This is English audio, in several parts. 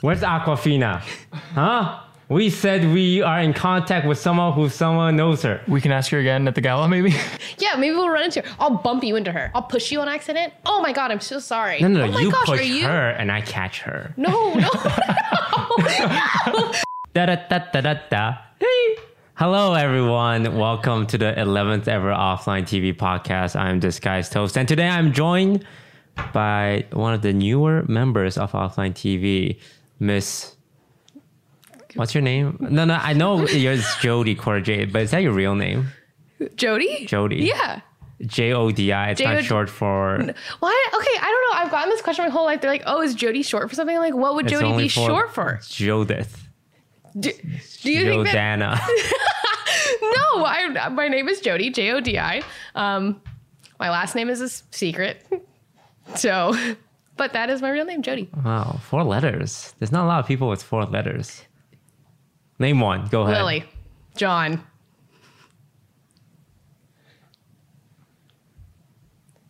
Where's Aquafina? Huh? We said we are in contact with someone who someone knows her. We can ask her again at the gala, maybe. Yeah, maybe we'll run into her. I'll bump you into her. I'll push you on accident. Oh my god, I'm so sorry. No, no, oh no, my you gosh, push are you? her and I catch her. No, no, Da da da da da da. Hey. Hello, everyone. Welcome to the 11th ever offline TV podcast. I'm Disguised Toast, and today I'm joined by one of the newer members of Offline TV, Miss. What's your name? No, no, I know it's Jody Corjade, but is that your real name? Jody. Jody. Yeah. J O D I. It's J O not D- short for. Why? Okay, I don't know. I've gotten this question my whole life. They're like, "Oh, is Jody short for something?" I'm like, what would It's Jody only be short for? Jodith. Do, do you think that? Jodana. No, I. My name is Jody. J O D I. Um, my last name is a s- secret. So, but that is my real name, Jody. wow, four letters. There's not a lot of people with four letters. Name one. Go ahead. Lily, John.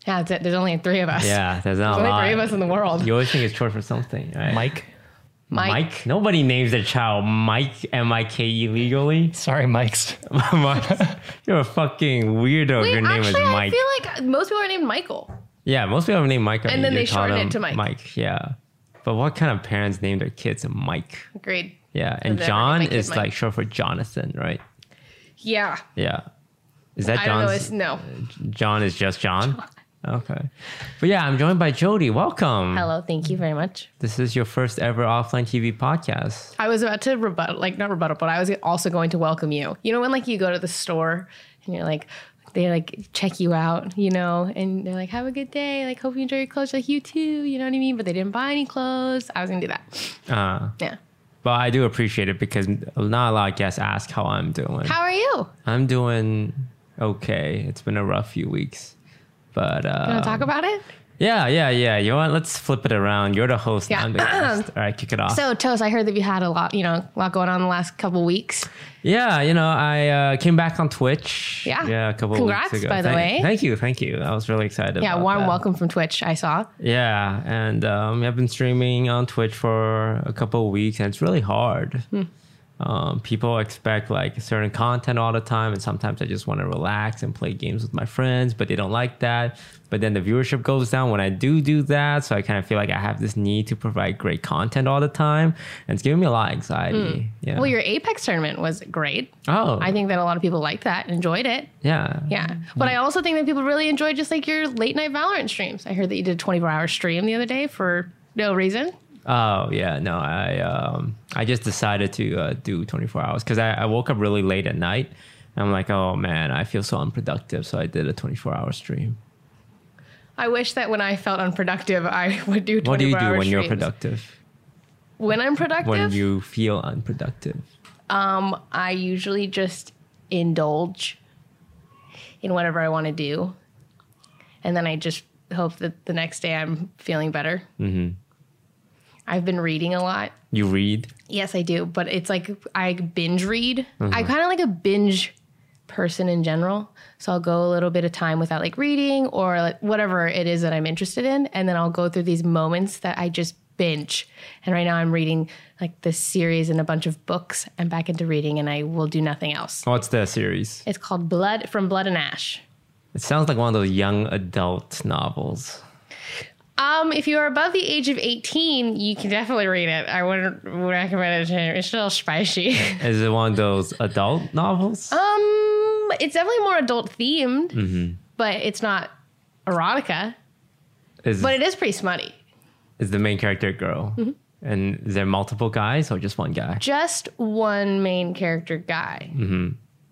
Yeah, that's it. There's only three of us. Yeah, there's not a There's only lot. three of us in the world. You always think it's short for something, right? Mike. Mike. Mike? Nobody names their child Mike M I K E legally. Sorry, Mike's. Mike, you're a fucking weirdo. if Wait, Your name actually, is Mike. I feel like most people are named Michael. yeah, most people have named Mike. And then you they call shorten it them to Mike. Mike, yeah. But what kind of parents name their kids Mike? Agreed. Yeah, and they're John making is Mike. like short for Jonathan, right? Yeah. Yeah. Is that I don't know. John's? It's no. John is just John? Okay. But yeah, I'm joined by Jody. Welcome. Hello. Thank you very much. This is your first ever offline TV podcast. I was about to rebut, like not rebuttal, but I was also going to welcome you. You know when like you go to the store and you're like, they like check you out, you know, and they're like, have a good day. Like, hope you enjoy your clothes. You're Like, you too. You know what I mean? But they didn't buy any clothes. I was going to do that. Uh, Yeah. but I do appreciate it because not a lot of guests ask how I'm doing. How are you? I'm doing okay. It's been a rough few weeks. But You uh, want to talk about it? yeah, yeah, yeah. You know what? Let's flip it around. You're the host. Yeah. I'm the guest. All right, kick it off. So, Toast, I heard that you had a lot, you know, a lot going on the last couple weeks. Yeah, you know, I uh, came back on Twitch. Yeah. yeah, a couple Congrats, weeks ago. by the Thank- way. thank you, thank you. I was really excited. Yeah, about warm that. welcome from Twitch. I saw. Yeah, and um, I've been streaming on Twitch for a couple of weeks, and it's really hard. Hmm. Um, people expect like certain content all the time, and sometimes I just want to relax and play games with my friends, but they don't like that. But then the viewership goes down when I do do that, so I kind of feel like I have this need to provide great content all the time, and it's giving me a lot of anxiety. Yeah. Hmm. Well, your Apex tournament was great. oh, I think that a lot of people liked that and enjoyed it. yeah, Yeah. Mm-hmm. But I also think that people really enjoyed just like your late night Valorant streams. I heard that you did a 24 hour stream the other day for no reason. Oh yeah, no, I um, I just decided to uh, do 24 hours because I, I woke up really late at night. I'm like, oh man, I feel so unproductive, so I did a 24 hour stream. I wish that when I felt unproductive, I would do 24 What do you do hour when you're streams. productive? When I'm productive, When you feel unproductive? um, I usually just indulge in whatever I want to do. And then I just hope that the next day I'm feeling better. Mm-hmm. I've been reading a lot. You read? Yes, I do. But it's like I binge read. I kind of like a binge person in general. So I'll go a little bit of time without like reading or like whatever it is that I'm interested in. And then I'll go through these moments that I just binge. And right now I'm reading like this series and a bunch of books. I'm back into reading and I will do nothing else. What's the series? It's called Blood from Blood and Ash. It sounds like one of those young adult novels. Um, if you are above the age of 18, you can definitely read it. I wouldn't recommend it to you. It's a little spicy. Is it one of those adult novels? Um, it's definitely more adult themed, but it's not erotica. Is But it Mm-hmm. is pretty smutty. is the main character a girl? And is there multiple guys or just one guy? Just one main character guy. Mm-hmm.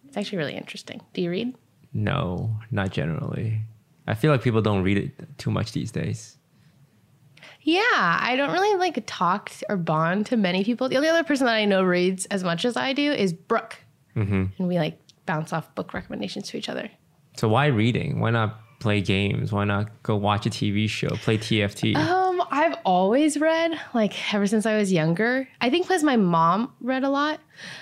It's actually really interesting. Do you read? No, not generally. I feel like people don't read it too much these days. Yeah, I don't really like talk or bond to many people. The only other person that I know reads as much as I do is Brooke, and we like bounce off book recommendations to each other. So why reading? Why not play games? Why not go watch a TV show? Play TFT. Um, I've always read, like ever since I was younger. I think because my mom read a lot.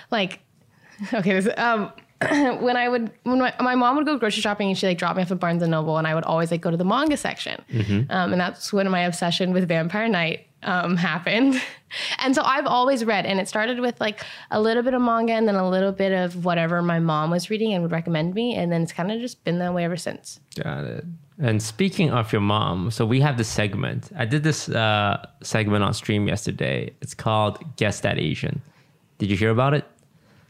Like, okay, this, um, when I would when my, my mom would go grocery shopping and she like dropped me off at Barnes and Noble and I would always like go to the manga section. Um, and that's when my obsession with Vampire Knight um, happened. And so I've always read, and it started with like a little bit of manga and then a little bit of whatever my mom was reading and would recommend me. And then it's kind of just been that way ever since. Got it. And speaking of your mom, so we have this segment. I did this uh, segment on stream yesterday. It's called Guess That Asian. Did you hear about it?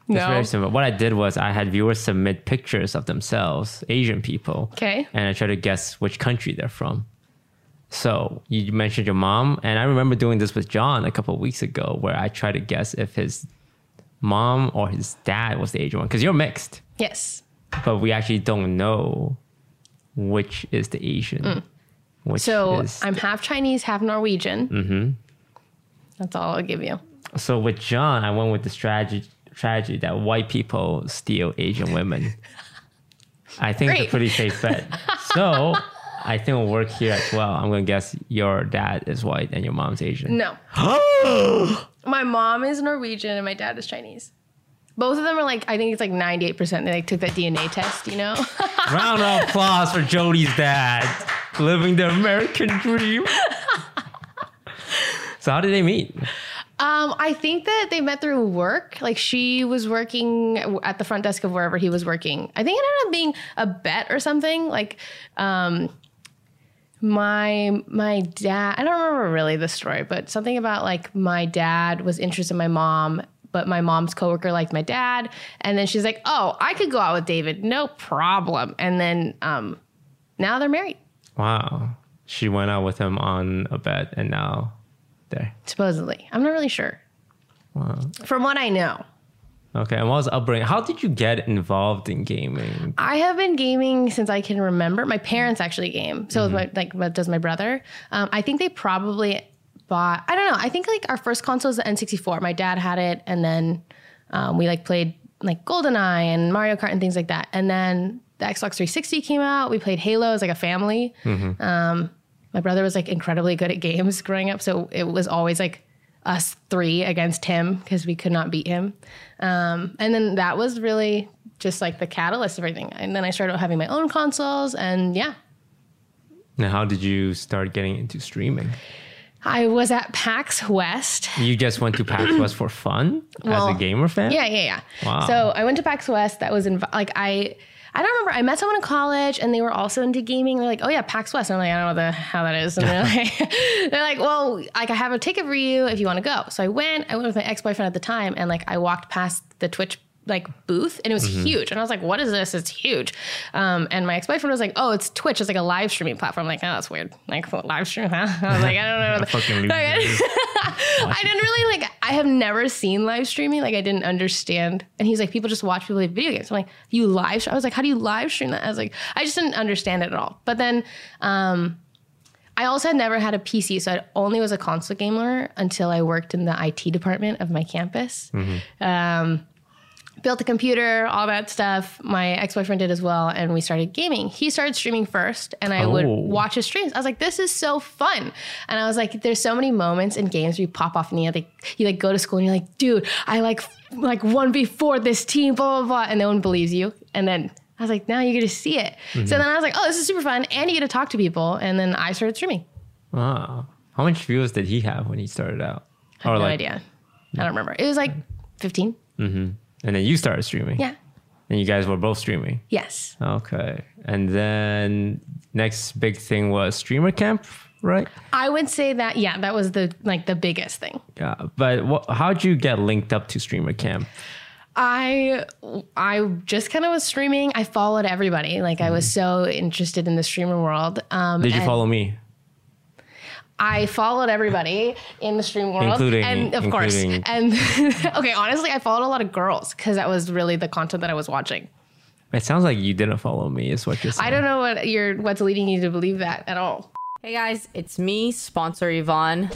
It's very simple. What I did was I had viewers submit pictures of themselves, Asian people. Okay. And I tried to guess which country they're from. So you mentioned your mom, and I remember doing this with John a couple of weeks ago, where I tried to guess if his mom or his dad was the Asian one, because you're mixed, Yes. but we actually don't know which is the Asian. Which Mm. So is, I'm half Chinese, half Norwegian. Mm-hmm. That's all I'll give you. so with John, I went with the strategy strategy that white people steal Asian women. I think it's Great. a pretty safe bet. so I think it'll work here as well. I'm gonna guess your dad is white and your mom's Asian. No. my mom is Norwegian and my dad is Chinese. Both of them are like, I think it's like 98%. They like took that DNA test, you know? Round of applause for Jody's dad, living the American dream. so how did they meet? Um, I think that they met through work. Like she was working at the front desk of wherever he was working. I think it ended up being a bet or something. Like, um, my my dad. I don't remember really the story, but something about like my dad was interested in my mom, but my mom's coworker liked my dad, and then she's like, "Oh, I could go out with David, no problem." And then um, now they're married, Wow, she went out with him on a bet, and now there. supposedly. I'm not really sure. From what I know. Okay, and what was upbringing? How did you get involved in gaming? I have been gaming since I can remember. My parents actually game. So my, like, what does my brother? Um, I think they probably bought. I don't know. I think like our first console is the N64. My dad had it, and then um, we like played like GoldenEye and Mario Kart and things like that. And then the Xbox 360 came out. We played Halo as like a family. Um, my brother was like incredibly good at games growing up, so it was always like us three against him because we could not beat him. Um, and then that was really just like the catalyst of everything. And then I started having my own consoles, and yeah, Now, how did you start getting into streaming? I was at PAX West. You just went to PAX West for fun Well, as a gamer fan? Yeah, yeah, yeah. Wow. So I went to PAX West. That was inv- like I. I don't remember. I met someone in college, and they were also into gaming. They're like, "Oh yeah, PAX West." And I'm like, "I don't know what the how that is." And they're like, "They're like, well, like I have a ticket for you if you want to go." So I went. I went with my ex boyfriend at the time, and like I walked past the Twitch like booth, and it was huge. And I was like, "What is this? It's huge." Um, and my ex boyfriend was like, "Oh, it's Twitch. It's like a live streaming platform." I'm like, "Oh, that's weird. Like live stream?" Huh? I was like, "I don't know." what the- Fucking Like, losers. I didn't really like. I have never seen live streaming. Like I didn't understand. And he's like, people just watch people play video games. I'm like, you live? stream? I was like, how do you live stream that? I was like, I just didn't understand it at all. But then, um, I also had never had a PC, so I only was a console gamer until I worked in the IT department of my campus. Um, built a computer, all that stuff. My ex boyfriend did as well, and we started gaming. He started streaming first, and I would Oh. watch his streams. I was like, "This is so fun!" And I was like, "There's so many moments in games where you pop off, and you like you like go to school, and you're like, dude, I like f- like one before this team, blah blah blah,' and no one believes you, and then." I was like, now you get to see it. Mm-hmm. So then I was like, oh, this is super fun. And you get to talk to people. And then I started streaming. Wow. How much views did he have when he started out? I have or no like, idea. I don't remember. It was like 15. And then you started streaming. Yeah. And you guys were both streaming. Yes. Okay. And then next big thing was streamer camp, right? I would say that, yeah, that was the like the biggest thing. Yeah. But what, how'd you get linked up to streamer camp? I I just kind of was streaming. I followed everybody. Like I was so interested in the streamer world. Um, Mm-hmm. Did you and follow me? I followed everybody in the stream world, Including- and of course, including- and okay. Honestly, I followed a lot of girls because that was really the content that I was watching. It sounds like you didn't follow me, is what you're saying. I don't know what you're what's leading you to believe that at all. Hey guys, it's me, sponsor Yvonne.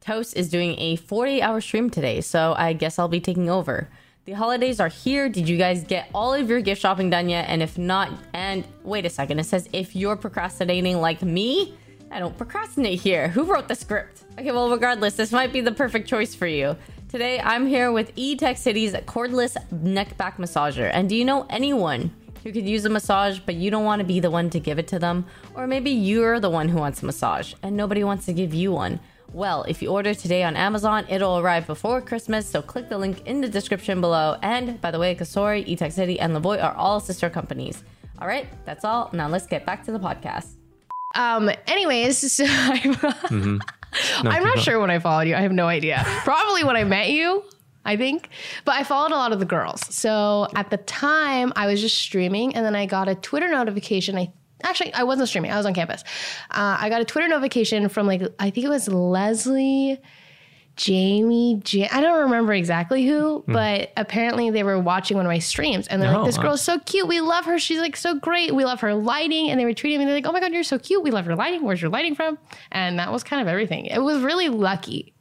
Toast is doing a 40 hour stream today, so I guess I'll be taking over. The holidays are here. Did you guys get all of your gift shopping done yet? And if not, and wait a second, it says if you're procrastinating like me, I don't procrastinate here. Who wrote the script? Okay, well, regardless, this might be the perfect choice for you. Today, I'm here with E Tech City's cordless neck back massager. And do you know anyone who could use a massage, but you don't want to be the one to give it to them? Or maybe you're the one who wants a massage and nobody wants to give you one. Well, if you order today on Amazon, it'll arrive before Christmas, so click the link in the description below. And by the way, Kasori, E Tech City, and Lavoy are all sister companies. All right, that's all. Now let's get back to the podcast. Um. Anyways, so I'm, I'm not sure when I followed you. I have no idea. Probably when I met you, I think. But I followed a lot of the girls. So at the time, I was just streaming, and then I got a Twitter notification. I actually I wasn't streaming. I was on campus. Uh, I got a Twitter notification from like I think it was Leslie. Jamie, J- I don't remember exactly who, but apparently they were watching one of my streams and they're Hmm. Oh, like, this wow. girl's so cute. We love her. She's like so great. We love her lighting. And they were tweeting me. They're like, oh my God, you're so cute. We love your lighting. Where's your lighting from? And that was kind of everything. It was really lucky.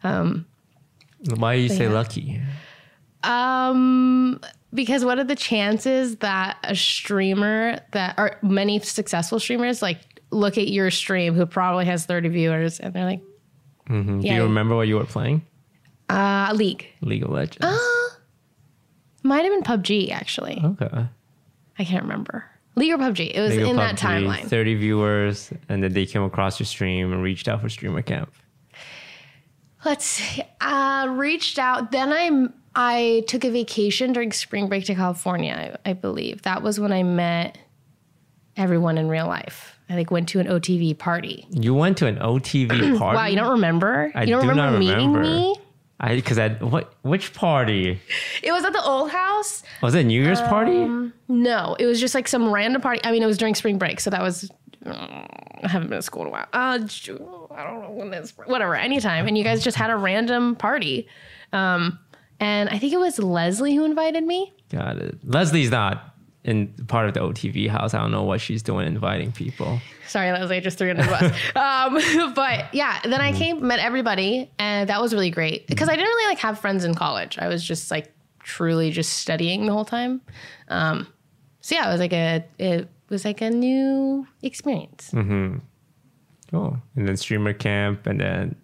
Why you say lucky? Um, because what are the chances that a streamer that are many successful streamers like look at your stream who probably has 30 viewers and they're like, Mm-hmm. Do Yeah. you remember what you were playing? uh, league. League of Legends. Might have been PUBG actually. Okay. I can't remember. League or PUBG. It was League of in that PUBG, timeline. 30 viewers, and then they came across your stream and reached out for streamer camp. Let's see. Uh, reached out. Then I I took a vacation during spring break to California. I, I believe that was when I met everyone in real life. I like went to an OTV party. You went to an OTV party. Wow, you don't remember? I you don't do remember not meeting remember. me? I because I what which party It was at the old house. was it? New Year's party? Um, No, it was just like some random party. I mean, it was during spring break, so that was. mm, I haven't been to school in a while. Uh, Ju- I don't know when that's whatever. Anytime, and you guys just had a random party, um, and I think it was Leslie who invited me. Got it. Leslie's not in part of the OTV house. I don't know what she's doing inviting people. Sorry, Leslie, I just threw you under the bus. um, but yeah, then I came, met everybody, and that was really great because I didn't really like have friends in college. I was just like truly just studying the whole time. Um, so yeah, it was like a it was like a new experience. Cool. Oh, And then streamer camp, and then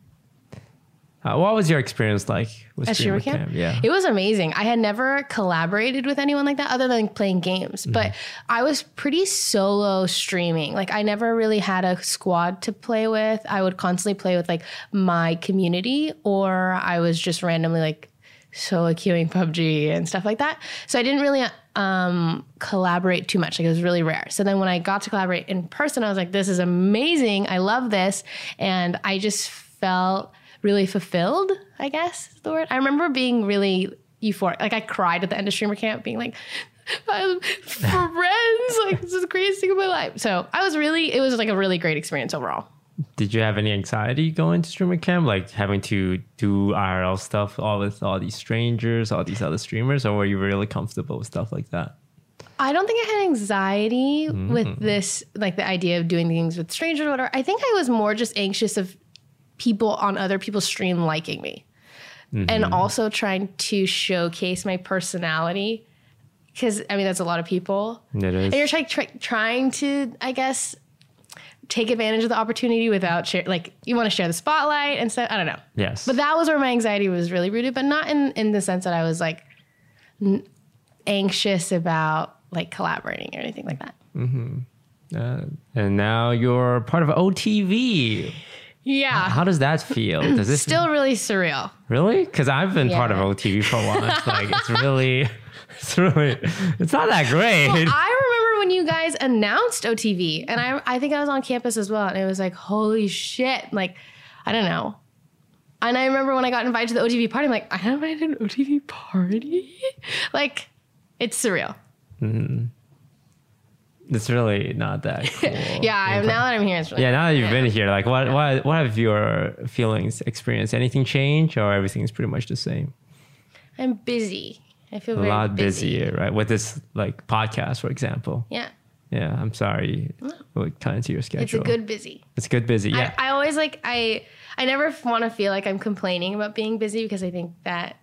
uh, what was your experience like with at streamer Shiver camp? Camp. Yeah. It was amazing. I had never collaborated with anyone like that other than playing games, but Mm-hmm. I was pretty solo streaming. Like, I never really had a squad to play with. I would constantly play with like my community, or I was just randomly like solo queuing PUBG and stuff like that. So I didn't really um, collaborate too much. Like, it was really rare. So then when I got to collaborate in person, I was like, this is amazing. I love this. And I just felt really fulfilled, I guess is the word. I remember being really euphoric. Like I cried at the end of streamer camp, being like, I'm friends, like this is the greatest thing of my life. So I was really, it was like a really great experience overall. Did you have any anxiety going to streamer camp, like having to do IRL stuff, all with all these strangers, all these other streamers, or were you really comfortable with stuff like that? I don't think I had anxiety with Mm-hmm. this, like the idea of doing things with strangers or whatever. I think I was more just anxious of people on other people's stream liking me and Mm-hmm. also trying to showcase my personality. Cause I mean, that's a lot of people. It and you're is. try, try, trying to i guess take advantage of the opportunity without share, like you want to share the spotlight and stuff i don't know Yes. but that was where my anxiety was really rooted but not in in the sense that i was like n- anxious about like collaborating or anything like that Uh, and now you're part of OTV. yeah How does that feel? Does this still really surreal really? Because I've been part of Yeah. OTV for a while. It's like it's really, it's really, it's not that great. I remember when you guys announced OTV, and I, I think I was on campus as well, and it was like, holy shit! Like, I don't know. And I remember when I got invited to the OTV party, I'm like, I got invited to an OTV party? like, it's surreal. it's really not that cool. Yeah, I'm, now that I'm here, it's really Yeah, now that you've been here, like what, what, what have your feelings, experience, anything change, or everything's pretty much the same? I'm busy. I feel A very lot busy. busier, right? With this like podcast, for example. Yeah, Yeah, I'm sorry, it cut into your schedule. it's a good busy. it's good busy. Yeah, I, I always like I I never want to feel like I'm complaining about being busy because I think that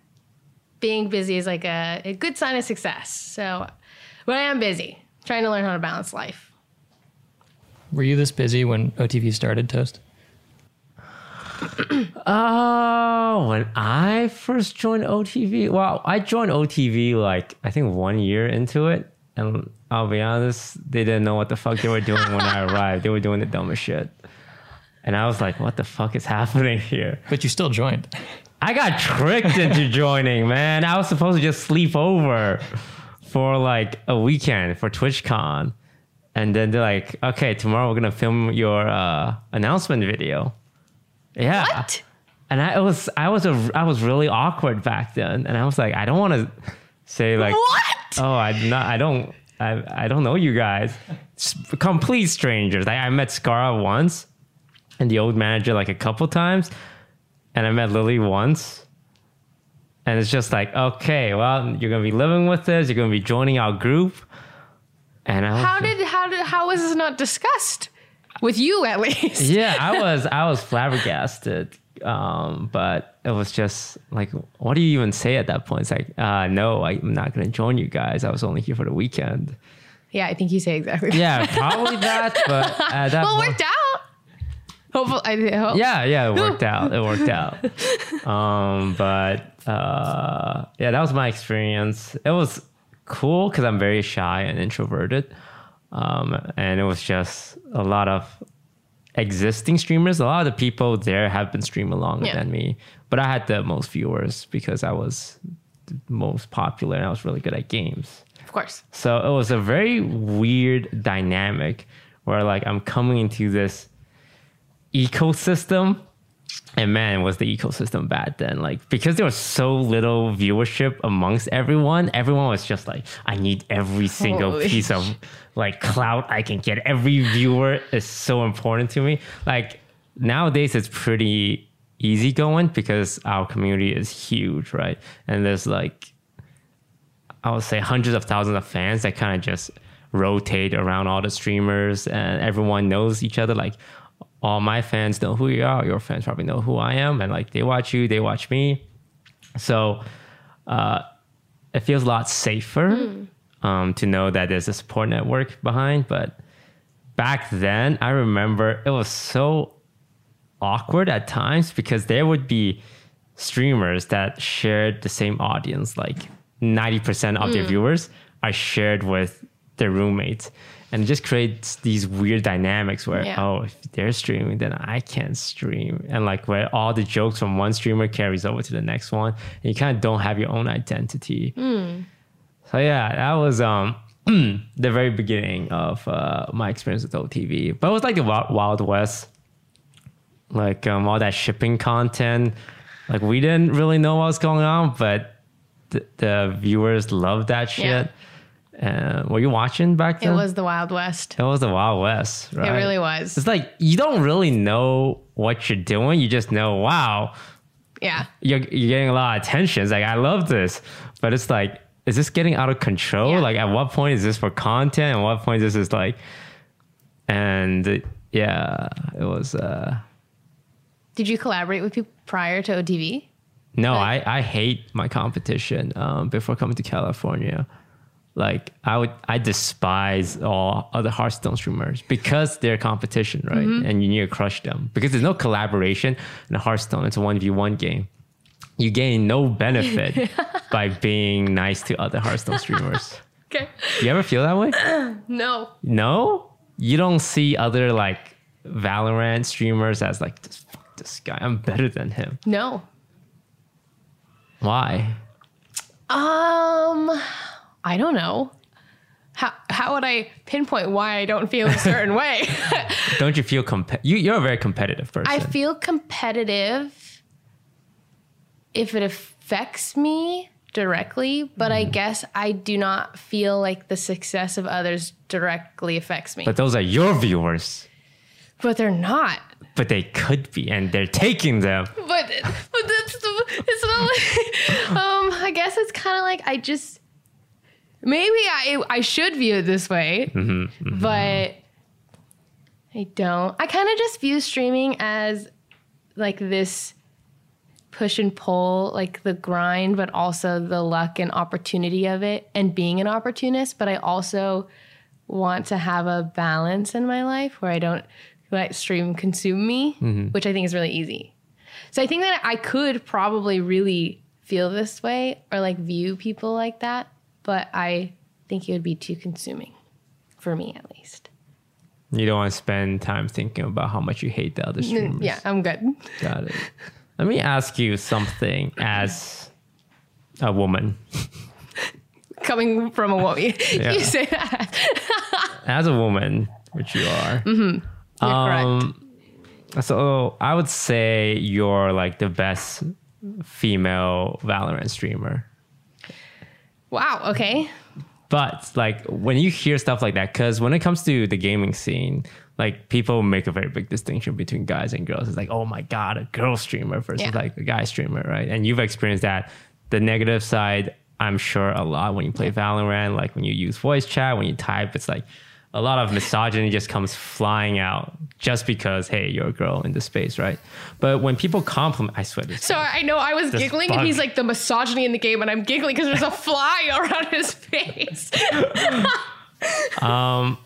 being busy is like a, a good sign of success. So when I am busy, trying to learn how to balance life. Were you this busy when OTV started, Toast? Oh, when I first joined OTV, well, I joined OTV like I think one year into it, and I'll be honest, they didn't know what the fuck they were doing when I arrived. They were doing the dumbest shit. And I was like, what the fuck is happening here? But you still joined. I got tricked into joining, man. I was supposed to just sleep over for like a weekend for TwitchCon. And then they're like, okay, tomorrow we're going to film your uh, announcement video. Yeah. What? And I it was I was a I was really awkward back then, and I was like, I don't want to say like, What? oh, I not I don't I I don't know you guys, S- complete strangers. I, I met Scara once, and the old manager like a couple times, and I met Lily once. And it's just like, okay, well, you're gonna be living with this. You're gonna be joining our group. And I was How just- did how did how was this not discussed with you at least? yeah i was i was flabbergasted um but it was just like what do you even say at that point it's like uh no i'm not gonna join you guys i was only here for the weekend Yeah, I think you say exactly. yeah probably that but uh, that Well, it mo- worked out. Hopefully, I hope. yeah yeah it worked out it worked out um but uh yeah that was my experience it was cool because i'm very shy and introverted um and it was just a lot of existing streamers a lot of the people there have been streaming longer Yeah. than me but i had the most viewers because i was the most popular and i was really good at games of course. so it was a very weird dynamic where like I'm coming into this ecosystem and man was the ecosystem bad then like because there was so little viewership amongst everyone everyone was just like i need every single Holy piece of like clout i can get every viewer is so important to me like nowadays it's pretty easygoing because our community is huge right and there's like I would say hundreds of thousands of fans that kind of just rotate around all the streamers and everyone knows each other. Like all my fans know who you are, your fans probably know who I am, and like they watch you, they watch me. So uh, it feels a lot safer um, to know that there's a support network behind. But back then, I remember it was so awkward at times because there would be streamers that shared the same audience. Like 90% of their viewers are shared with their roommates. And it just creates these weird dynamics where, Yeah. oh, if they're streaming, then I can't stream. And like where all the jokes from one streamer carries over to the next one. And you kind of don't have your own identity. So yeah, that was um the very beginning of uh, my experience with OTV. But it was like the Wild, Wild West, like um, all that shipping content. Like we didn't really know what was going on, but th- the viewers loved that Yeah. shit. Uh, were you watching back It then? was the Wild West. It was the Wild West, right? It really was. It's like you don't really know what you're doing. You just know, wow, Yeah. you're, you're getting a lot of attention. It's like, I love this. But it's like, is this getting out of control? Yeah. Like, at what point is this for content? At what point is this like, and uh, yeah, it was, uh, Did you collaborate with people prior to OTV? no, I, I hate my competition um, before coming to California. Like I would, I despise all other Hearthstone streamers because they're competition, right? And you need to crush them because there's no collaboration in Hearthstone. It's a one v one game. You gain no benefit by being nice to other Hearthstone streamers. Okay. You ever feel that way? No. No, you don't see other like Valorant streamers as like this, fuck this guy. I'm better than him. No. Why? Um, I don't know. How how would I pinpoint why I don't feel a certain way? Don't you feel comp? You, you're a very competitive person. I feel competitive if it affects me directly, but I guess I do not feel like the success of others directly affects me. but those are your viewers. but they're not. But they could be, and they're taking them. but but that's the, it's not like um I guess it's kind of like I just maybe I I should view it this way, but I don't. I kind of just view streaming as like this push and pull, like the grind, but also the luck and opportunity of it, and being an opportunist. But I also want to have a balance in my life where I don't let stream consume me, which I think is really easy. So I think that I could probably really feel this way or like view people like that, but I think it would be too consuming for me at least. You don't want to spend time thinking about how much you hate the other Mm, streamers. Yeah, I'm good. Got it. Let me ask you something as a woman. Coming from a woman, Yeah. you say that. As a woman, which you are. You're Mm-hmm. Um, correct. So I would say you're like the best female Valorant streamer. Wow. Okay. But like when you hear stuff like that, because when it comes to the gaming scene, like people make a very big distinction between guys and girls. It's like, oh my god, a girl streamer versus Yeah. like a guy streamer, right? And you've experienced that. The negative side, I'm sure, a lot when you play Valorant, like when you use voice chat, when you type, it's like a lot of misogyny just comes flying out just because hey, you're a girl in this space, right? But when people compliment, I swear, this So I know I was This giggling, bug. and he's like the misogyny in the game, and I'm giggling because there's a fly around his face. I,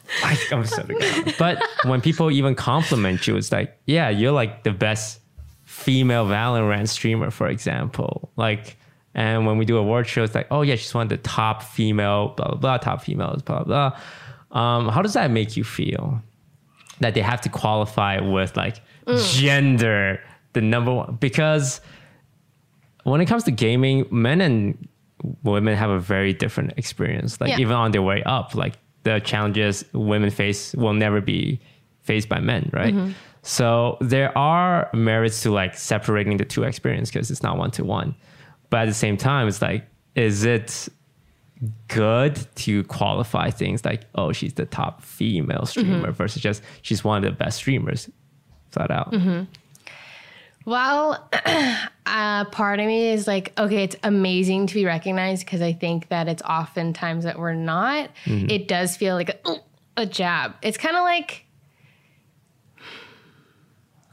I'm so glad. Um, But when people even compliment you, it's like, yeah, you're like the best female Valorant streamer, for example. Like, and when we do award shows, like, oh yeah, she's one of the top female, blah blah blah, top females, blah blah. blah. Um, how does that make you feel? That they have to qualify with like gender, the number one, because when it comes to gaming, men and women have a very different experience. Like Yeah. even on their way up, like the challenges women face will never be faced by men, right? So there are merits to like separating the two experiences because it's not one to one. But at the same time, it's like, is it good to qualify things like, oh, she's the top female streamer versus just she's one of the best streamers, flat out. Well, uh, part of me is like, okay, it's amazing to be recognized because I think that it's oftentimes that we're not. It does feel like a, a jab. It's kind of like,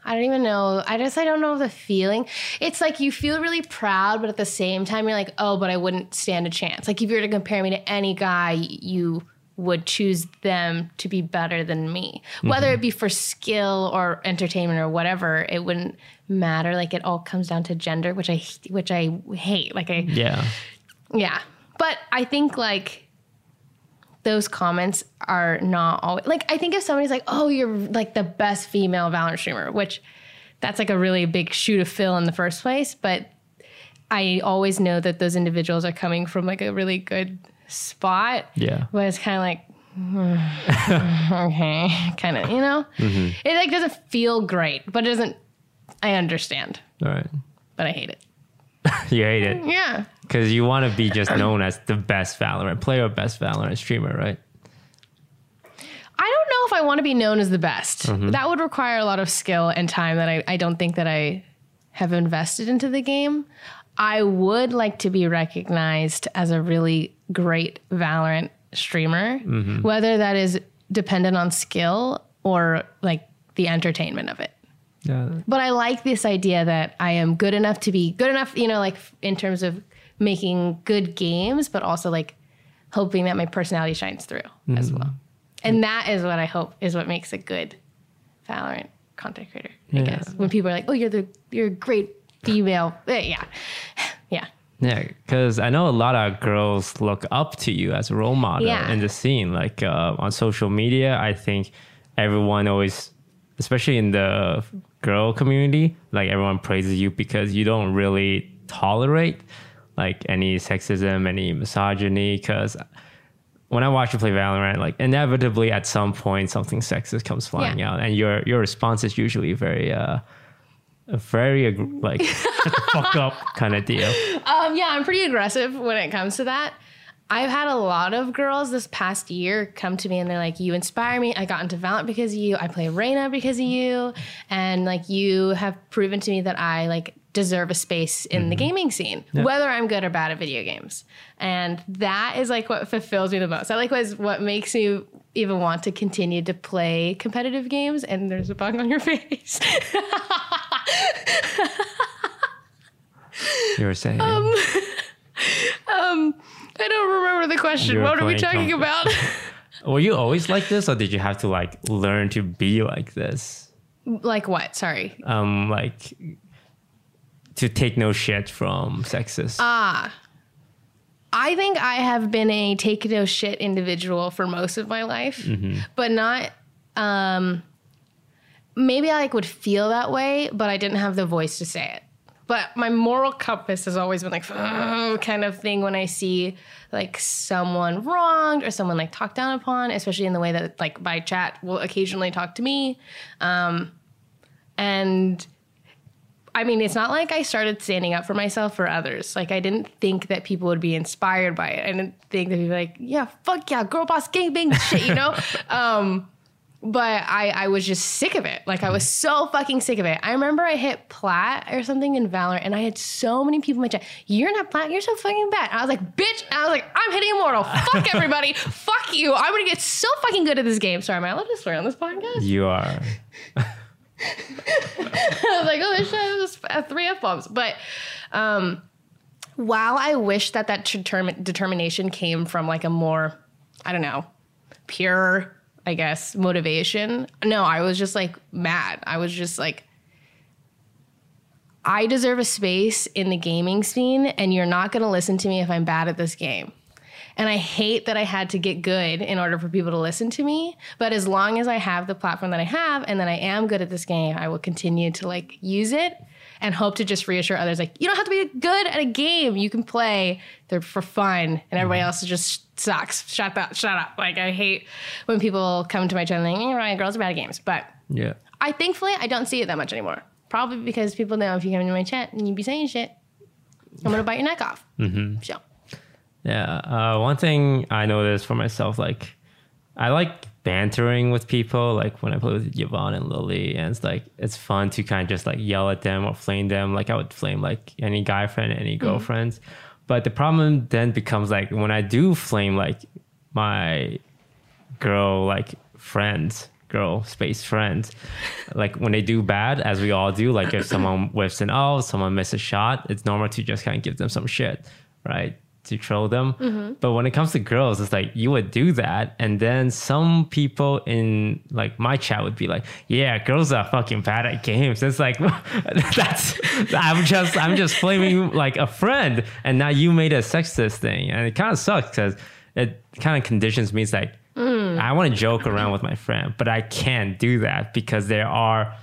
I don't even know. I just, I don't know the feeling. It's like you feel really proud, but at the same time, you're like, oh, but I wouldn't stand a chance. Like, if you were to compare me to any guy, you would choose them to be better than me. Whether it be for skill or entertainment or whatever, it wouldn't matter. Like, it all comes down to gender, which I, h- which I hate. Like, I, Yeah. yeah. But I think like those comments are not always like I think if somebody's like, "Oh, you're like the best female Valorant streamer," which that's like a really big shoe to fill in the first place, but I always know that those individuals are coming from like a really good spot. Yeah. But it's kind of like "Hmm, okay, kind of, you know? It like doesn't feel great, but it doesn't I understand, All right. but I hate it. You hate it. Yeah. Because you want to be just known as the best Valorant player, best Valorant streamer, right? I don't know if I want to be known as the best. That would require a lot of skill and time that I, I don't think that I have invested into the game. I would like to be recognized as a really great Valorant streamer, whether that is dependent on skill or like the entertainment of it. Yeah. But I like this idea that I am good enough to be good enough, you know, like in terms of making good games, but also like hoping that my personality shines through as well. And that is what I hope is what makes a good Valorant content creator, I Yeah. guess. When people are like, "Oh, you're the you're a great female," Eh, yeah, yeah, Yeah. Because I know a lot of girls look up to you as a role model Yeah. in the scene. Like uh, on social media, I think everyone always, especially in the girl community, like everyone praises you because you don't really tolerate like any sexism, any misogyny. Because when I watch you play Valorant, like inevitably at some point something sexist comes flying Yeah. out, and your your response is usually very, uh, very ag- like shut the fuck up kind of deal. um, yeah. I'm pretty aggressive when it comes to that. I've had a lot of girls this past year come to me and they're like, "You inspire me. I got into Valorant because of you. I play Reyna because of you, and like you have proven to me that I like deserve a space in Mm-hmm. the gaming scene, whether I'm good or bad at video games." And that is like what fulfills me the most. That like was what makes me even want to continue to play competitive games. And there's a bug on your face. You were saying I don't remember the question. You're what are we playing talking Counter. about? were you always like this, or did you have to like learn to be like this? like what? Sorry. Um, like to take no shit from sexists. I think I have been a take no shit individual for most of my life, but not um, maybe I like would feel that way, but I didn't have the voice to say it. But my moral compass has always been like "Ugh," kind of thing when I see like someone wronged or someone like talked down upon, especially in the way that like by chat will occasionally talk to me. Um, and I mean, it's not like I started standing up for myself or others. Like I didn't think that people would be inspired by it. I didn't think that people would be like, yeah, fuck yeah, girl boss gangbang shit, you know? Um, but I, I was just sick of it. Like I was so fucking sick of it. I remember I hit plat or something in Valor, and I had so many people in my chat. You're not plat. You're so fucking bad. And I was like, bitch. And I was like, I'm hitting immortal. Fuck everybody. Fuck you. I'm gonna get so fucking good at this game. Sorry, am I allowed to swear on this podcast? You are. I was like, oh shit, it was uh, three f bombs. But um, while I wish that that determin- determination came from like a more, I don't know, pure, I guess, motivation. No, I was just like mad. I was just like, I deserve a space in the gaming scene, and you're not going to listen to me if I'm bad at this game. And I hate that I had to get good in order for people to listen to me. But as long as I have the platform that I have and that I am good at this game, I will continue to like use it and hope to just reassure others like, you don't have to be good at a game. You can play. They're for fun. And everybody else just sucks. Shut up. Shut up. Like I hate when people come to my channel and like, "Eh, Ryan, girls are bad at games. But Yeah. I thankfully I don't see it that much anymore. Probably because people know if you come to my chat and you be saying shit, I'm gonna bite your neck off. Mm-hmm. So Yeah. Uh, one thing I noticed for myself, like, I like bantering with people. Like when I play with Yvonne and Lily, and it's like it's fun to kind of just like yell at them or flame them. Like I would flame like any guy friend, any girlfriends. But the problem then becomes like when I do flame like my girl like friends girl space friends like when they do bad as we all do like if someone whiffs an L someone misses a shot it's normal to just kind of give them some shit right to troll them but when it comes to girls it's like you would do that and then some people in like my chat would be like yeah girls are fucking bad at games it's like that's i'm just i'm just flaming like a friend and now you made a sexist thing and it kind of sucks because it kind of conditions me it's like Mm. I want to joke around with my friend, but I can't do that because there are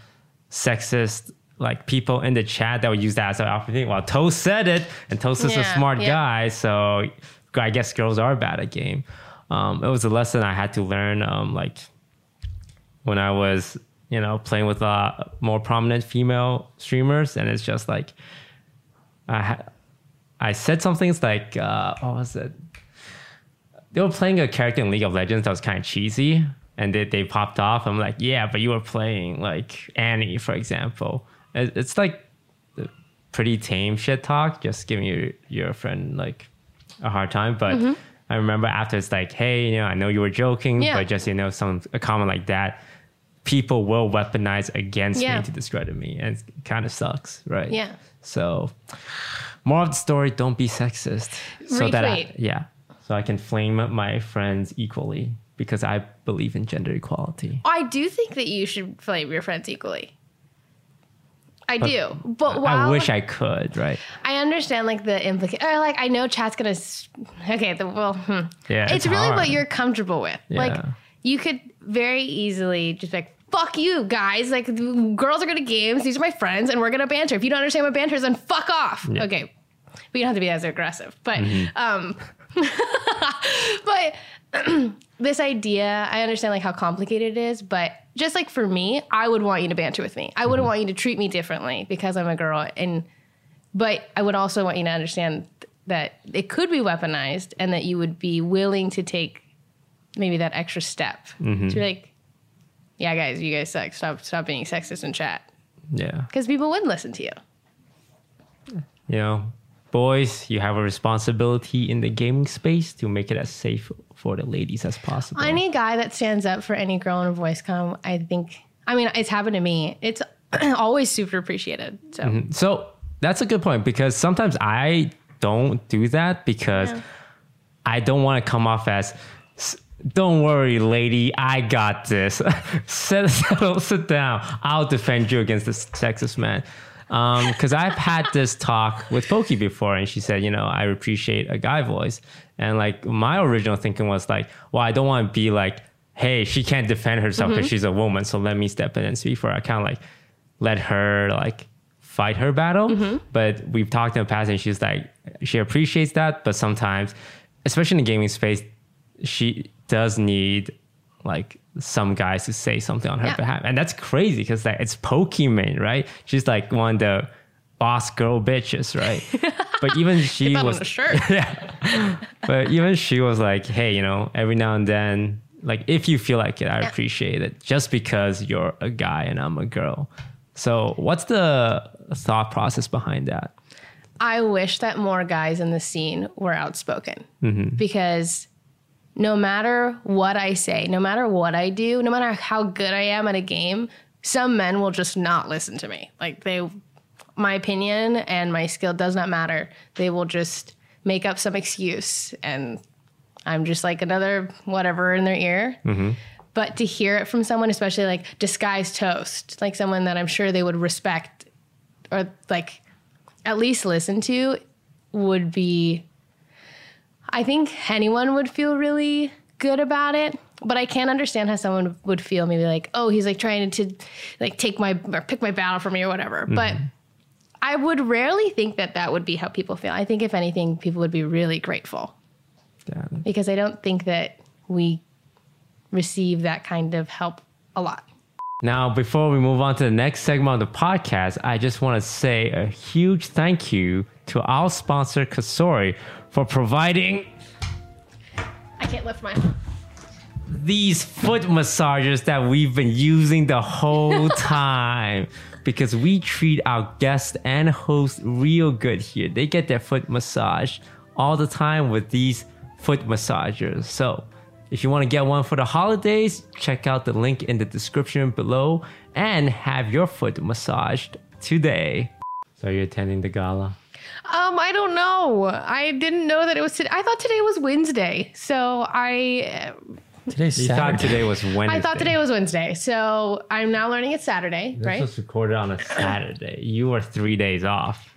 sexist like people in the chat that would use that as an opportunity. Well, Toast said it, and Toast is a Yeah, smart yeah. guy, so I guess girls are bad at game. Um, it was a lesson I had to learn. Um, like when I was, you know, playing with uh, more prominent female streamers, and it's just like I ha- I said something it's like uh, what was it? They were playing a character in League of Legends that was kind of cheesy, and they they popped off. I'm like, yeah, but you were playing like Annie, for example. It, it's like the pretty tame shit talk, just giving your your friend like a hard time, but. Mm-hmm. I remember after it's like, hey, you know, I know you were joking, Yeah. but just you know, some a comment like that, people will weaponize against Yeah. me to discredit me, and it kind of sucks, right? Yeah. So, more of the story: don't be sexist. So that I, Retweet. yeah, so I can flame my friends equally because I believe in gender equality. I do think that you should flame your friends equally. I do, but I while wish I could, right? I understand like the implication. Or like I know chat's gonna. s- Okay, the, well, hmm. Yeah, it's, it's really what hard. you're comfortable with. Like Yeah. you could very easily just be like. Fuck you guys. Like, the girls are good at games. These are my friends, and we're going to banter. If you don't understand what banter is, then fuck off. Okay. We don't have to be as aggressive. But um, but this idea, I understand like how complicated it is, but just like for me, I would want you to banter with me. I wouldn't want you to treat me differently because I'm a girl and but I would also want you to understand th- that it could be weaponized and that you would be willing to take maybe that extra step to be like, yeah, guys, you guys suck. Stop stop being sexist in chat. Yeah, Because people would listen to you. you know, boys, you have a responsibility in the gaming space to make it as safe for the ladies as possible. Any guy that stands up for any girl in a voice com, I think, I mean, it's happened to me. It's always super appreciated. So, So that's a good point because sometimes I don't do that because I don't want to come off as "S- don't worry, lady, I got this. sit, settle, sit down. I'll defend you against this sexist man. Because I've had this talk with Pokey before, and she said, you know, I appreciate a guy voice. And like my original thinking was like, well, I don't want to be like, hey, she can't defend herself because she's a woman, so let me step in and speak for her. I kind of like let her like fight her battle. Mm-hmm. But we've talked in the past, and she's like she appreciates that, but sometimes, especially in the gaming space, she does need like some guys to say something on her Yeah. behalf, and that's crazy because like it's Pokemon, right? She's like one of the boss girl bitches, right? but even she Put was on a shirt. but even she was like, hey, you know, every now and then, like if you feel like it, I appreciate it just because you're a guy and I'm a girl. So, what's the thought process behind that? I wish that more guys in the scene were outspoken because no matter what I say, no matter what I do, no matter how good I am at a game, some men will just not listen to me. Like they, my opinion and my skill does not matter. They will just make up some excuse and I'm just like another whatever in their ear. But to hear it from someone, especially like disguised toast, like someone that I'm sure they would respect or like at least listen to would be I think anyone would feel really good about it. But I can't understand how someone would feel maybe like, oh, he's like trying to like take my or pick my battle from me or whatever. But I would rarely think that that would be how people feel. I think if anything, people would be really grateful Dan? because I don't think that we receive that kind of help a lot. Now, before we move on to the next segment of the podcast, I just want to say a huge thank you to our sponsor, Kasori, for providing I can't lift my these foot massagers that we've been using the whole time because we treat our guests and hosts real good here. They get their foot massage all the time with these foot massagers. So, if you want to get one for the holidays, check out the link in the description below and have your foot massaged today. So, you're attending the gala? Um, I don't know. I didn't know that it was today. I thought today was Wednesday. So I Today's You thought Saturday. today was Wednesday. I thought today was Wednesday. So I'm now learning it's Saturday, right? This was recorded on a Saturday. You were three days off.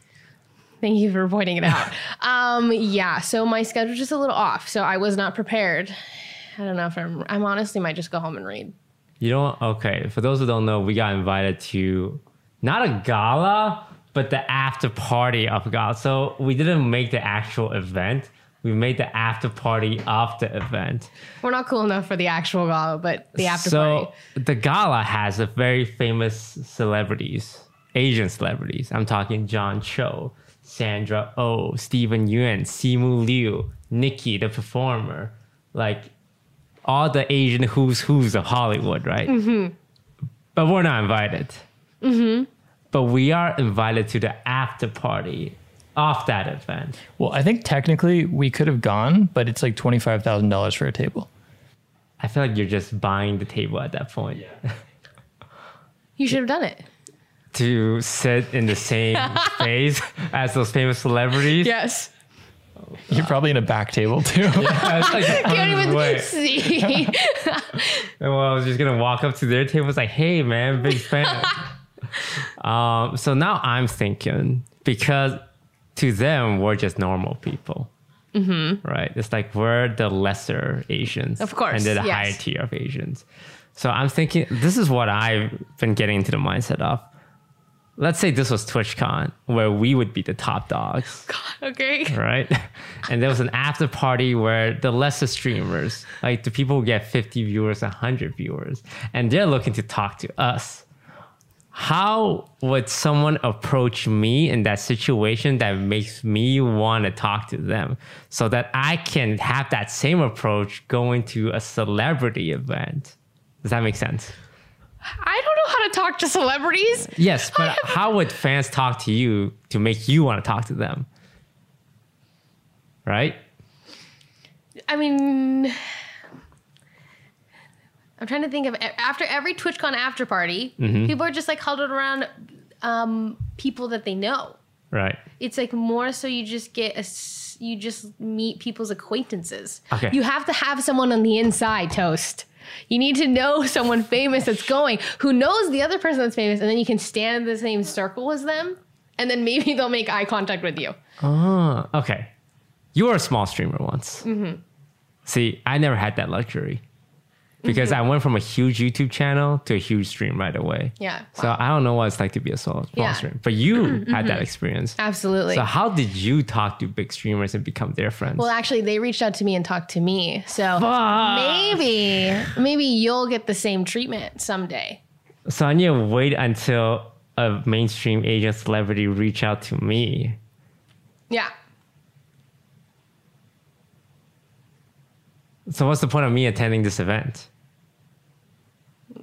Thank you for pointing it out. um, yeah, so my schedule's just a little off. So I was not prepared. I don't know if I'm I'm honestly might just go home and read. You don't okay. For those who don't know, we got invited to not a gala, but the after party of gala. So we didn't make the actual event. We made the after party of the event. We're not cool enough for the actual gala, but the after party. so the gala has a very famous celebrities, Asian celebrities. I'm talking John Cho, Sandra Oh, Stephen Yuen, Simu Liu, Nikki the performer, like all the Asian who's who's of Hollywood, right? Mm-hmm. But we're not invited. But we are invited to the after party of that event. Well, I think technically we could have gone, but it's like twenty five thousand dollars for a table. I feel like you're just buying the table at that point. You should have done it. to sit in the same space as those famous celebrities. Yes. You're probably in a back table too. I was like, Can't even wait. see. Well, I was just gonna walk up to their table. It's like, hey, man, big fan. um, so now I'm thinking because to them we're just normal people, right? It's like we're the lesser Asians, Mm-hmm. Of course, and they're the yes. higher tier of Asians. So I'm thinking this is what I've been getting into the mindset of. Let's say this was TwitchCon where we would be the top dogs. okay. right? And there was an after party where the lesser streamers, like the people who get 50 viewers, 100 viewers, and they're looking to talk to us. How would someone approach me in that situation that makes me want to talk to them so that I can have that same approach going to a celebrity event? Does that make sense? I don't know how to talk to celebrities. Yes, but how would fans talk to you to make you want to talk to them? Right? I mean, I'm trying to think of e, after every TwitchCon after party, Mm-hmm. people are just like huddled around um, people that they know. Right. It's like more so you just get a s- you just meet people's acquaintances. Okay. You have to have someone on the inside toast. You need to know someone famous that's going who knows the other person that's famous, and then you can stand in the same circle as them, and then maybe they'll make eye contact with you. Oh, okay. Mm-hmm. You were a small streamer once. See, I never had that luxury. because Mm-hmm. I went from a huge YouTube channel to a huge stream right away. Yeah. So I don't know what it's like to be a solo Yeah. Mm-hmm. sponsor, but you had that experience. Absolutely. So how did you talk to big streamers and become their friends? well, actually, they reached out to me and talked to me. So Fuck. maybe, maybe you'll get the same treatment someday. So I need to wait until a mainstream Asian celebrity reach out to me. Yeah. So what's the point of me attending this event?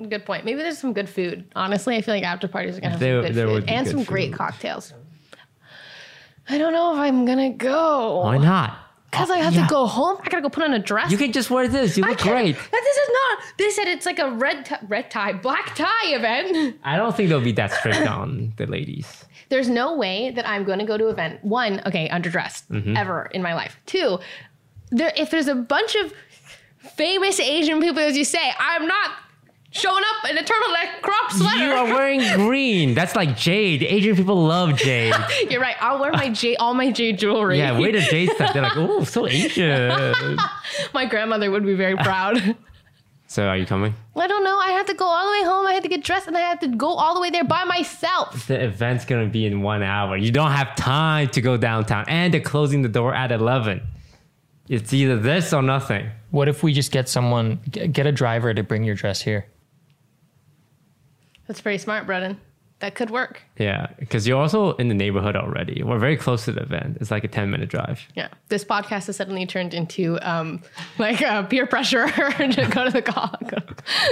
Good point. Maybe there's some good food. Honestly, I feel like after parties are gonna have There- some good there would food be and good some great food. cocktails. I don't know if I'm gonna go Why not? because I have Yeah. to go home. I gotta go put on a dress. You can just wear this. You I look can't- great. But this is not. They said it's like a red ti- red tie, black tie event. I don't think they'll be that strict on the ladies. There's no way that I'm going to go to event one. Okay, underdressed Mm-hmm. ever in my life. Two, there if there's a bunch of famous Asian people, as you say, I'm not showing up in a turtleneck crop sweater. You are wearing green. That's like jade. Asian people love jade. You're right. I'll wear my J, all my J jewelry. Yeah, way to jade stuff. They're like, oh, so Asian. my grandmother would be very proud. So are you coming? I don't know. I had to go all the way home. I had to get dressed, and I had to go all the way there by myself. The event's gonna be in one hour. You don't have time to go downtown, and they're closing the door at eleven. It's either this or nothing. What if we just get someone, g- get a driver to bring your dress here? That's pretty smart, Brennan. That could work. Yeah, because you're also in the neighborhood already. We're very close to the event. It's like a ten minute drive. Yeah, this podcast has suddenly turned into um, like uh, peer pressure to go to the call.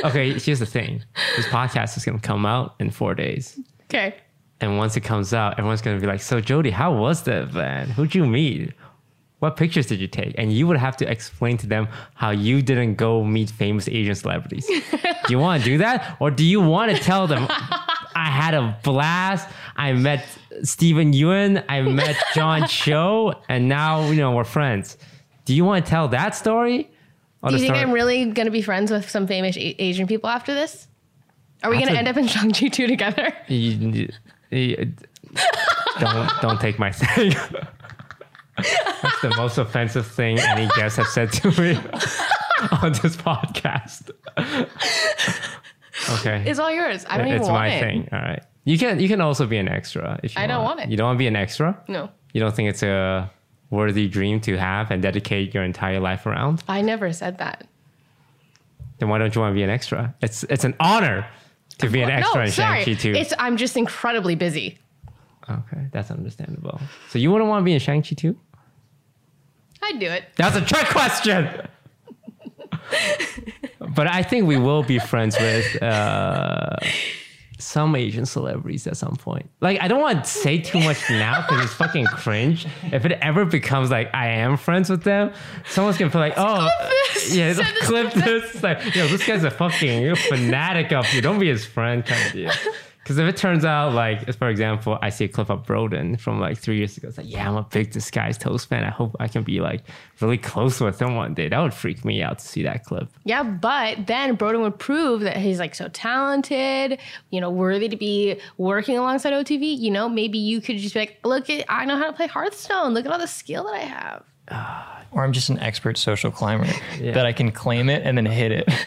Okay, here's the thing: this podcast is gonna come out in four days, okay, and once it comes out, everyone's gonna be like, "So Jody, how was the event? Who'd you meet? What pictures did you take?" And you would have to explain to them how you didn't go meet famous Asian celebrities. do you want to do that, or do you want to tell them? I had a blast. I met Stephen Ewan. I met John Cho, and now you know we're friends. Do you want to tell that story? Or do the you think story- I'm really gonna be friends with some famous a- Asian people after this? Are we That's gonna a- end up in Shang-Chi 2 together? You- you- you- don't don't take my thing. That's the most offensive thing any guest has said to me on this podcast. Okay, It's all yours. I don't even it's want my it. thing. All right, you can you can also be an extra if you. I don't want it. You don't want to be an extra. No, You don't think it's a worthy dream to have and dedicate your entire life around? I never said that. Then why don't you want to be an extra? It's it's an honor to be an extra no, in sorry. Shang-Chi too. It's I'm just incredibly busy. Okay, that's understandable. So you wouldn't want to be in Shang-Chi too? I'd do it. That's a trick question. but I think we will be friends with uh, some Asian celebrities at some point. Like, I don't want to say too much now because it's fucking cringe. If it ever becomes like I am friends with them, someone's gonna feel like, oh, this. yeah, Send this clip this. It's like, yo, this guy's a fucking fanatic of you. Don't be his friend, kind of deal. Because if it turns out, like, for example, I see a clip of Broden from like three years ago. It's like, yeah, I'm a big Disguised Toast fan. I hope I can be like really close with him one day. That would freak me out to see that clip. Yeah, but then Broden would prove that he's like so talented, you know, worthy to be working alongside OTV. You know, maybe you could just be like, look, at, I know how to play Hearthstone. Look at all the skill that I have. Or I'm just an expert social climber that I can claim it and then hit it.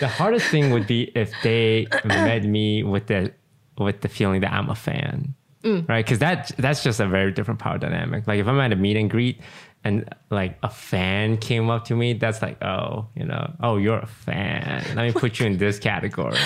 The hardest thing would be if they met me with the with the feeling that I'm a fan, right? Because that that's just a very different power dynamic. Like if I'm at a meet and greet and like a fan came up to me, that's like oh you know oh you're a fan. Let me put you in this category.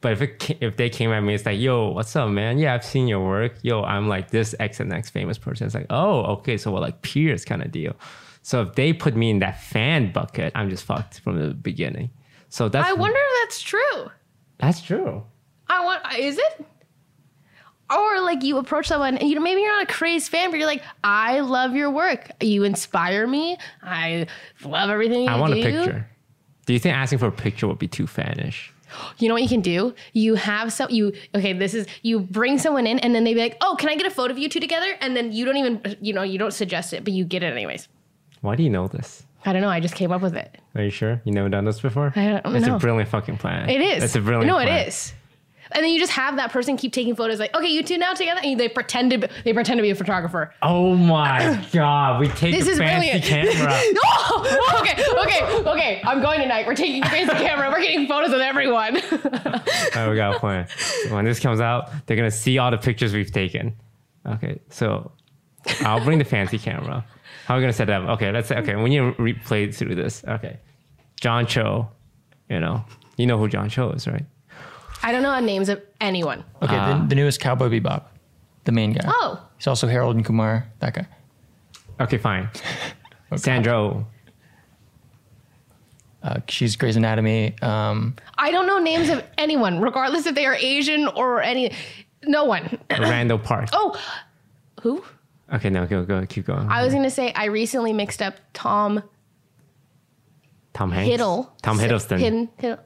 But if it, ca- if they came at me, it's like yo what's up man? Yeah I've seen your work. Yo I'm like this X and X famous person. It's like oh okay so we're like peers kind of deal. So if they put me in that fan bucket, I'm just fucked from the beginning. So that's I wonder if that's true. that's true. I want, is it? Or like you approach someone and you know, maybe you're not a crazed fan, but you're like, I love your work. You inspire me. I love everything you I want do. a picture. Do you think asking for a picture would be too fanish? You know what you can do? You have some you okay, this is you bring someone in and then they be like, "Oh, can I get a photo of you two together?" And then you don't even you know, you don't suggest it, but you get it anyways. Why do you know this? I don't know, I just came up with it. Are you sure? You never done this before? I don't it's know. a brilliant fucking plan. It is. It's a brilliant No, plan. it is. and then you just have that person keep taking photos. Like, okay, you two now together, and they pretend to be, they pretend to be a photographer. Oh my god, we take This a is fancy brilliant. camera. Oh, okay, okay, okay. I'm going tonight. We're taking a fancy camera. We're getting photos of everyone. All right, we got a plan. When this comes out, they're gonna see all the pictures we've taken. Okay, so I'll bring the fancy camera. How are we gonna set that up? Okay, let's say okay. When you replay through this, okay, John Cho, you know, you know who John Cho is, right? I don't know the names of anyone. Okay, the, the newest Cowboy Bebop, the main guy. Oh, He's also Harold and Kumar, that guy. Okay, fine. Okay. Sandro, Uh, she's Grey's Anatomy. Um, I don't know names of anyone, regardless if they are Asian or any. No one. Randall Park. Oh, who? Okay, no, go go, keep going. I was gonna say I recently mixed up Tom Tom Hanks. Hiddle. Tom Hiddleston. Hidden, Hiddle.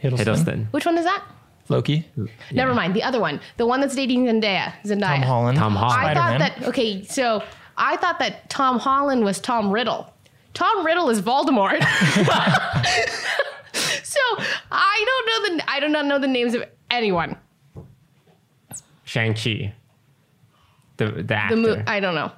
Hiddleston. Hiddleston. Which one is that? Loki. Never mind. The other one, the one that's dating Zendaya. Zendaya. Tom Holland. Tom Holland. I thought Spider-Man. that. Okay, so I thought that Tom Holland was Tom Riddle. Tom Riddle is Voldemort. so I don't know the. I do not know the names of anyone. Shang Chi. The the actor. The mo- I don't know.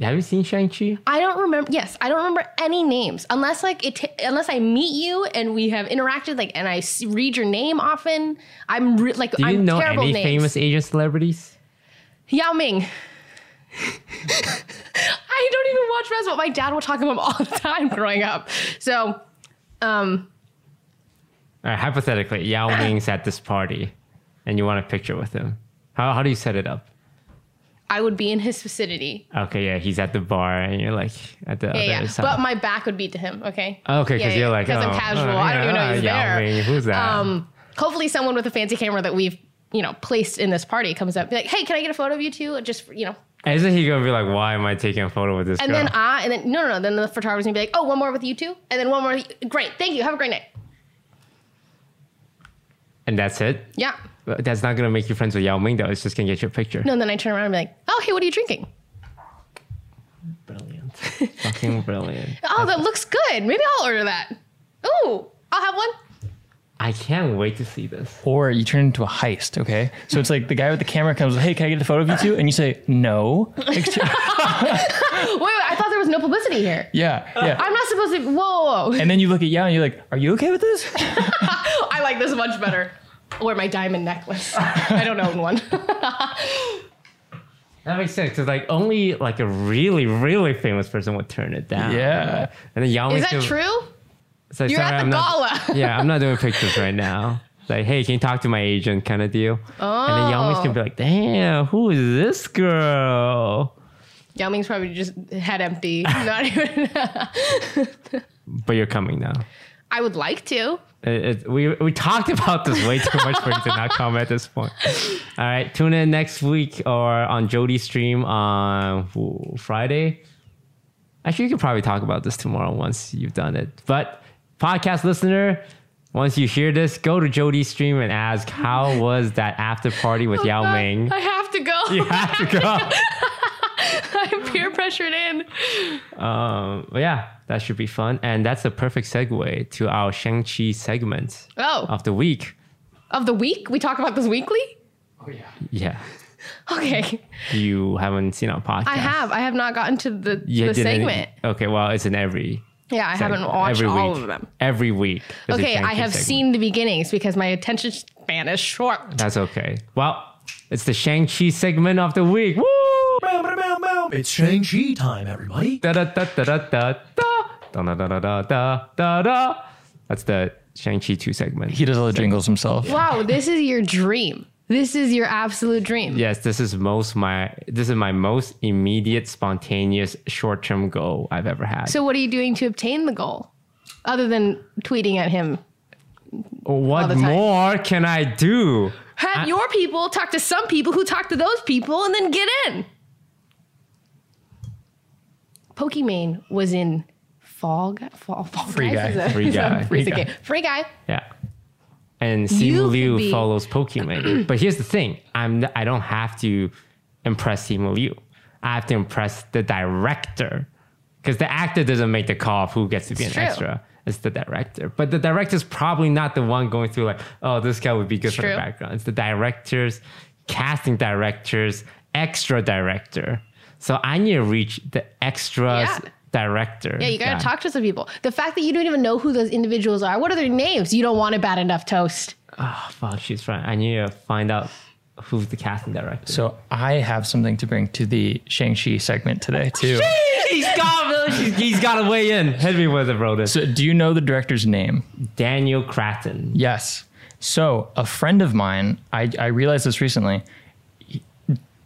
Have you seen Shang Chi? I don't remember. Yes, I don't remember any names unless like it. T- unless I meet you and we have interacted, like, and I s- read your name often. I'm re- like, Do you I'm know terrible any names. famous Asian celebrities? Yao Ming. I don't even watch basketball. My dad will talk about him all the time growing up. So, um, All right, hypothetically, Yao Uh-huh. Ming's at this party, and you want a picture with him. How, how do you set it up? I would be in his vicinity. Okay, yeah, he's at the bar, and you're like at the Yeah, other yeah. side. But my back would be to him. Okay. okay, Yeah, because yeah, you're like, because oh, I'm casual. oh, I don't yeah, even know he's Yao there. Ming, who's that? Um, hopefully, someone with a fancy camera that we've you know placed in this party comes up, be like, "Hey, can I get a photo of you too?" Just you know, and isn't he gonna be like, why am I taking a photo with this and girl? then I, and then no, no, no. Then the photographer's gonna be like, "Oh, one more with you too," and then one more. with you- Great, thank you. Have a great night. and that's it. Yeah. But That's not gonna make you friends with Yao Ming though. It's just gonna get you a picture. No, and then I turn around and be like, "Oh, hey, what are you drinking?" Brilliant, fucking brilliant. Oh, that looks good. Maybe I'll order that. Ooh, I'll have one. I can't wait to see this. Or you turn into a heist, okay? So it's like the guy with the camera comes, hey, can I get a photo of you two? And you say, no. Wait, wait, I thought there was no publicity here. Yeah, yeah. I'm not supposed to. Whoa, whoa, whoa. And then you look at Yao and you're like, are you okay with this? I like this much better. Or my diamond necklace. I don't own one. That makes sense because like only like a really really famous person would turn it down. Yeah. and then Yao Ming Is that true? So, You're sorry, at the I'm not- gala. yeah, I'm not doing pictures right now. Like, hey, can you talk to my agent kind of deal? And then Yao Ming's gonna Oh. be like, damn, who is this girl? Yao Ming's probably just head empty. Not even. But you're coming now. I would like to. It- it- we, we talked about this way too much for you to not come at this point. All right, tune in next week or on Jody's stream on ooh, Friday. Actually, you could probably talk about this tomorrow once you've done it. But podcast listener, once you hear this, go to Jody's stream and ask, how was that after party with Yao I- Ming? Oh, I have to go. you have to go. I'm peer pressured in. Um, but yeah, that should be fun. And that's a perfect segue to our Shang-Chi segment Oh, of the week. of the week? We talk about this weekly? Yeah. Okay. You haven't seen our podcast. I have. I have not gotten to the, You the didn't- segment. Okay, well, it's in every. Yeah, I haven't segment, watched every all week. of them. Every week. there's a Okay, I Shang-Chi have segment. seen the beginnings because my attention span is short. That's okay. Well, it's the Shang-Chi segment of the week. Woo! It's Shang-Chi time, everybody. da da da da da da da da da da da da da da. That's the Shang-Chi 2 segment. He does all the jingles himself. Wow, this is your dream. This is your absolute dream. Yes, this is most my this is my most immediate, spontaneous, short term goal I've ever had. So, what are you doing to obtain the goal other than tweeting at him? all the what time. more can I do? Have your people talk to some people who talk to those people and then get in. Pokimane was in Fall Guy. Fall, fall Free Guys Guy. is a- Free is a- Guy. is a Free game. Guy. Free guy. Yeah. And Simu could Liu be- follows Pokemon. but here's the thing: I'm I don't have to impress Simu Liu. I have to impress the director because the actor doesn't make the call of who gets to be It's an true. extra. It's the director, but the director's probably not the one going through like, oh, this guy would be good for the true. background. It's the directors, casting directors, extra director. So I need to reach the extras Yeah. director. Yeah, you gotta guy. talk to some people. The fact that you don't even know who those individuals are, what are their names? You don't want it bad enough, toast. Oh, fuck, she's right. I need to find out who's the casting director. So I have something to bring to the Shang-Chi segment today, too. he's got, she's, he's got to weigh in. Hit me with it, Roden. So, do you know the director's name? Daniel Cratton. Yes. So, a friend of mine, I, I realized this recently.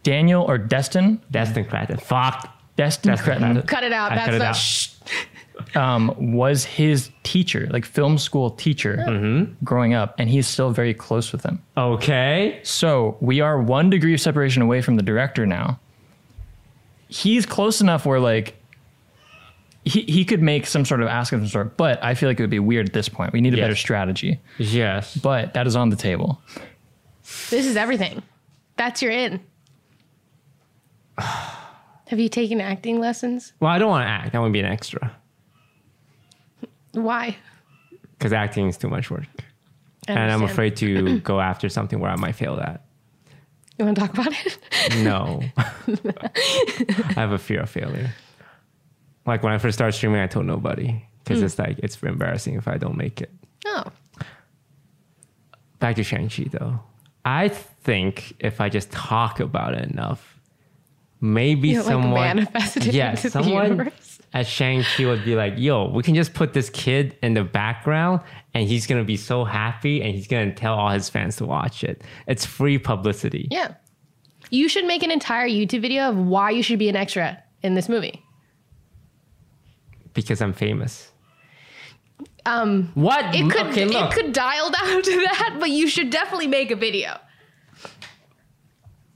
Daniel or Destin, Destin Cratton. Fuck. Destin Destin Cretton, Cretton. Cut it out. I cut That's it not out. shh. um, was his teacher, like film school teacher, Mm-hmm. growing up, and he's still very close with him. Okay. So we are one degree of separation away from the director now. He's close enough where like he, he could make some sort of ask of some sort, but I feel like it would be weird at this point. We need a Yes. better strategy. Yes. But that is on the table. This is everything. That's your in. Have you taken acting lessons? Well, I don't want to act. I want to be an extra Why? because acting is too much work. I And I'm understand. afraid to go after something where I might fail at. You want to talk about it? No. I have a fear of failure. Like when I first started streaming, I told nobody Hmm. because it's like, it's embarrassing if I don't make it. Oh, back to Shang-Chi though. I think if I just talk about it enough, maybe You know, like, someone manifest it yeah, into the someone universe. at Shang-Chi would be like, yo, we can just put this kid in the background and he's gonna be so happy and he's gonna tell all his fans to watch it. It's free publicity. yeah. You should make an entire YouTube video of why you should be an extra in this movie. Because I'm famous. Um, What? it could Mm, okay, it look. could dial down to that, but you should definitely make a video.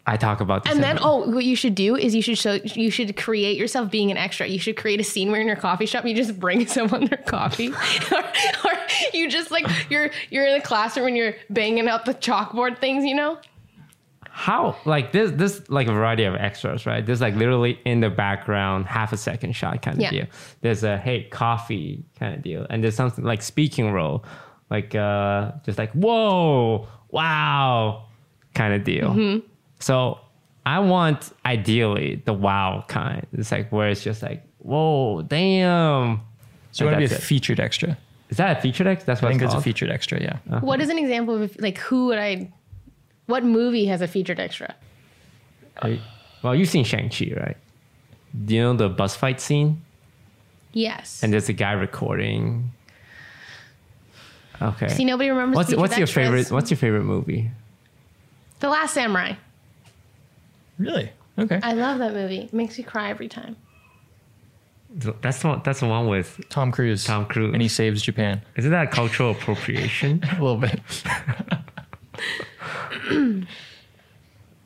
I talk about this. And then, in- oh, what you should do is you should show you should create yourself being an extra. You should create a scene where in your coffee shop you just bring someone their coffee, or, or you just like you're you're in the classroom and you're banging out the chalkboard things, you know? Uh-huh. how like this this like a variety of extras right there's like literally in the background half a second shot kind of Yeah. deal there's a hey coffee kind of deal and there's something like speaking role like uh just like whoa wow kind of deal so i want ideally the wow kind it's like where it's just like whoa damn So you want to be a That's Uh. it. featured extra. is that a feature X? That's I what it's think that's a called? featured extra, yeah. What is an example of like who would I? What movie has a featured extra? Are you- well you've seen shang-chi right do you know the bus fight scene Yes. and there's a guy recording. Okay. See, nobody remembers. what's featured what's your extras. favorite? What's your favorite movie? The Last Samurai. Really? Okay. I love that movie. It makes me cry every time. That's the one. That's the one with. Tom Cruise. Tom Cruise. And he saves Japan. Isn't that cultural appropriation? A little bit.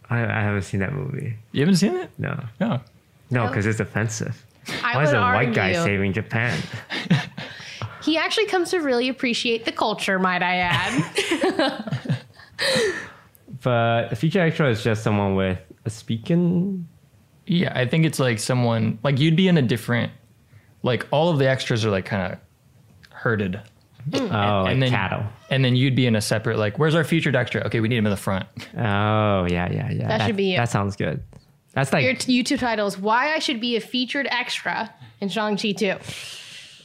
I, I haven't seen that movie. You haven't seen it? No, No. no, because it's offensive. I Why is would a white guy argue- saving Japan? He actually comes to really appreciate the culture, might I add. But a feature extra is just someone with a speaking. Yeah, I think it's like someone like you'd be in a different like all of the extras are like kind of herded. Oh, like and then- cattle. And then you'd be in a separate like where's our featured extra? Okay, we need him in the front. Oh yeah, yeah, yeah. That should be you. That sounds good. That's Your like t- YouTube titles: Why I Should Be a Featured Extra in Shang Chi Two.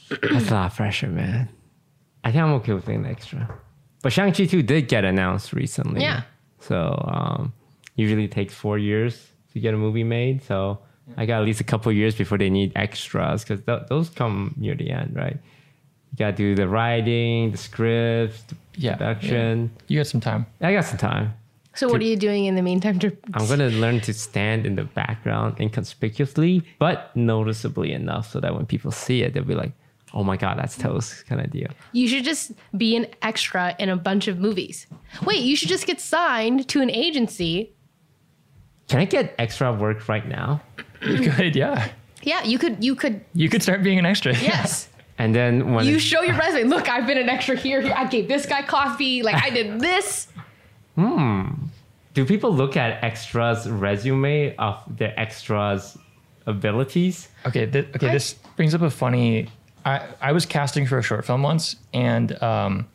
That's a lot fresher, man. I think I'm okay with being extra. But Shang-Chi 2 did get announced recently. Yeah. So um, usually it takes four years to get a movie made. So I got at least a couple years before they need extras because th- those come near the end, right? You got to do the writing, the scripts, the Yeah, yeah. production. You got some time. I got some time. So what are you doing in the meantime? To I'm going to learn to stand in the background inconspicuously, but noticeably enough so that when people see it, they'll be like, oh my God, that's Toast kind of deal. you should just be an extra in a bunch of movies. Wait, you should just get signed to an agency. Can I get extra work right now? You could, yeah. Yeah, you could. You could. You could start being an extra. Yes. And then when You it- show your resume. Look, I've been an extra here. here. I gave this guy coffee. Like I did this. do people look at extras resume of their extras abilities. Okay, th- okay. this brings up a funny. I I was casting for a short film once, and um,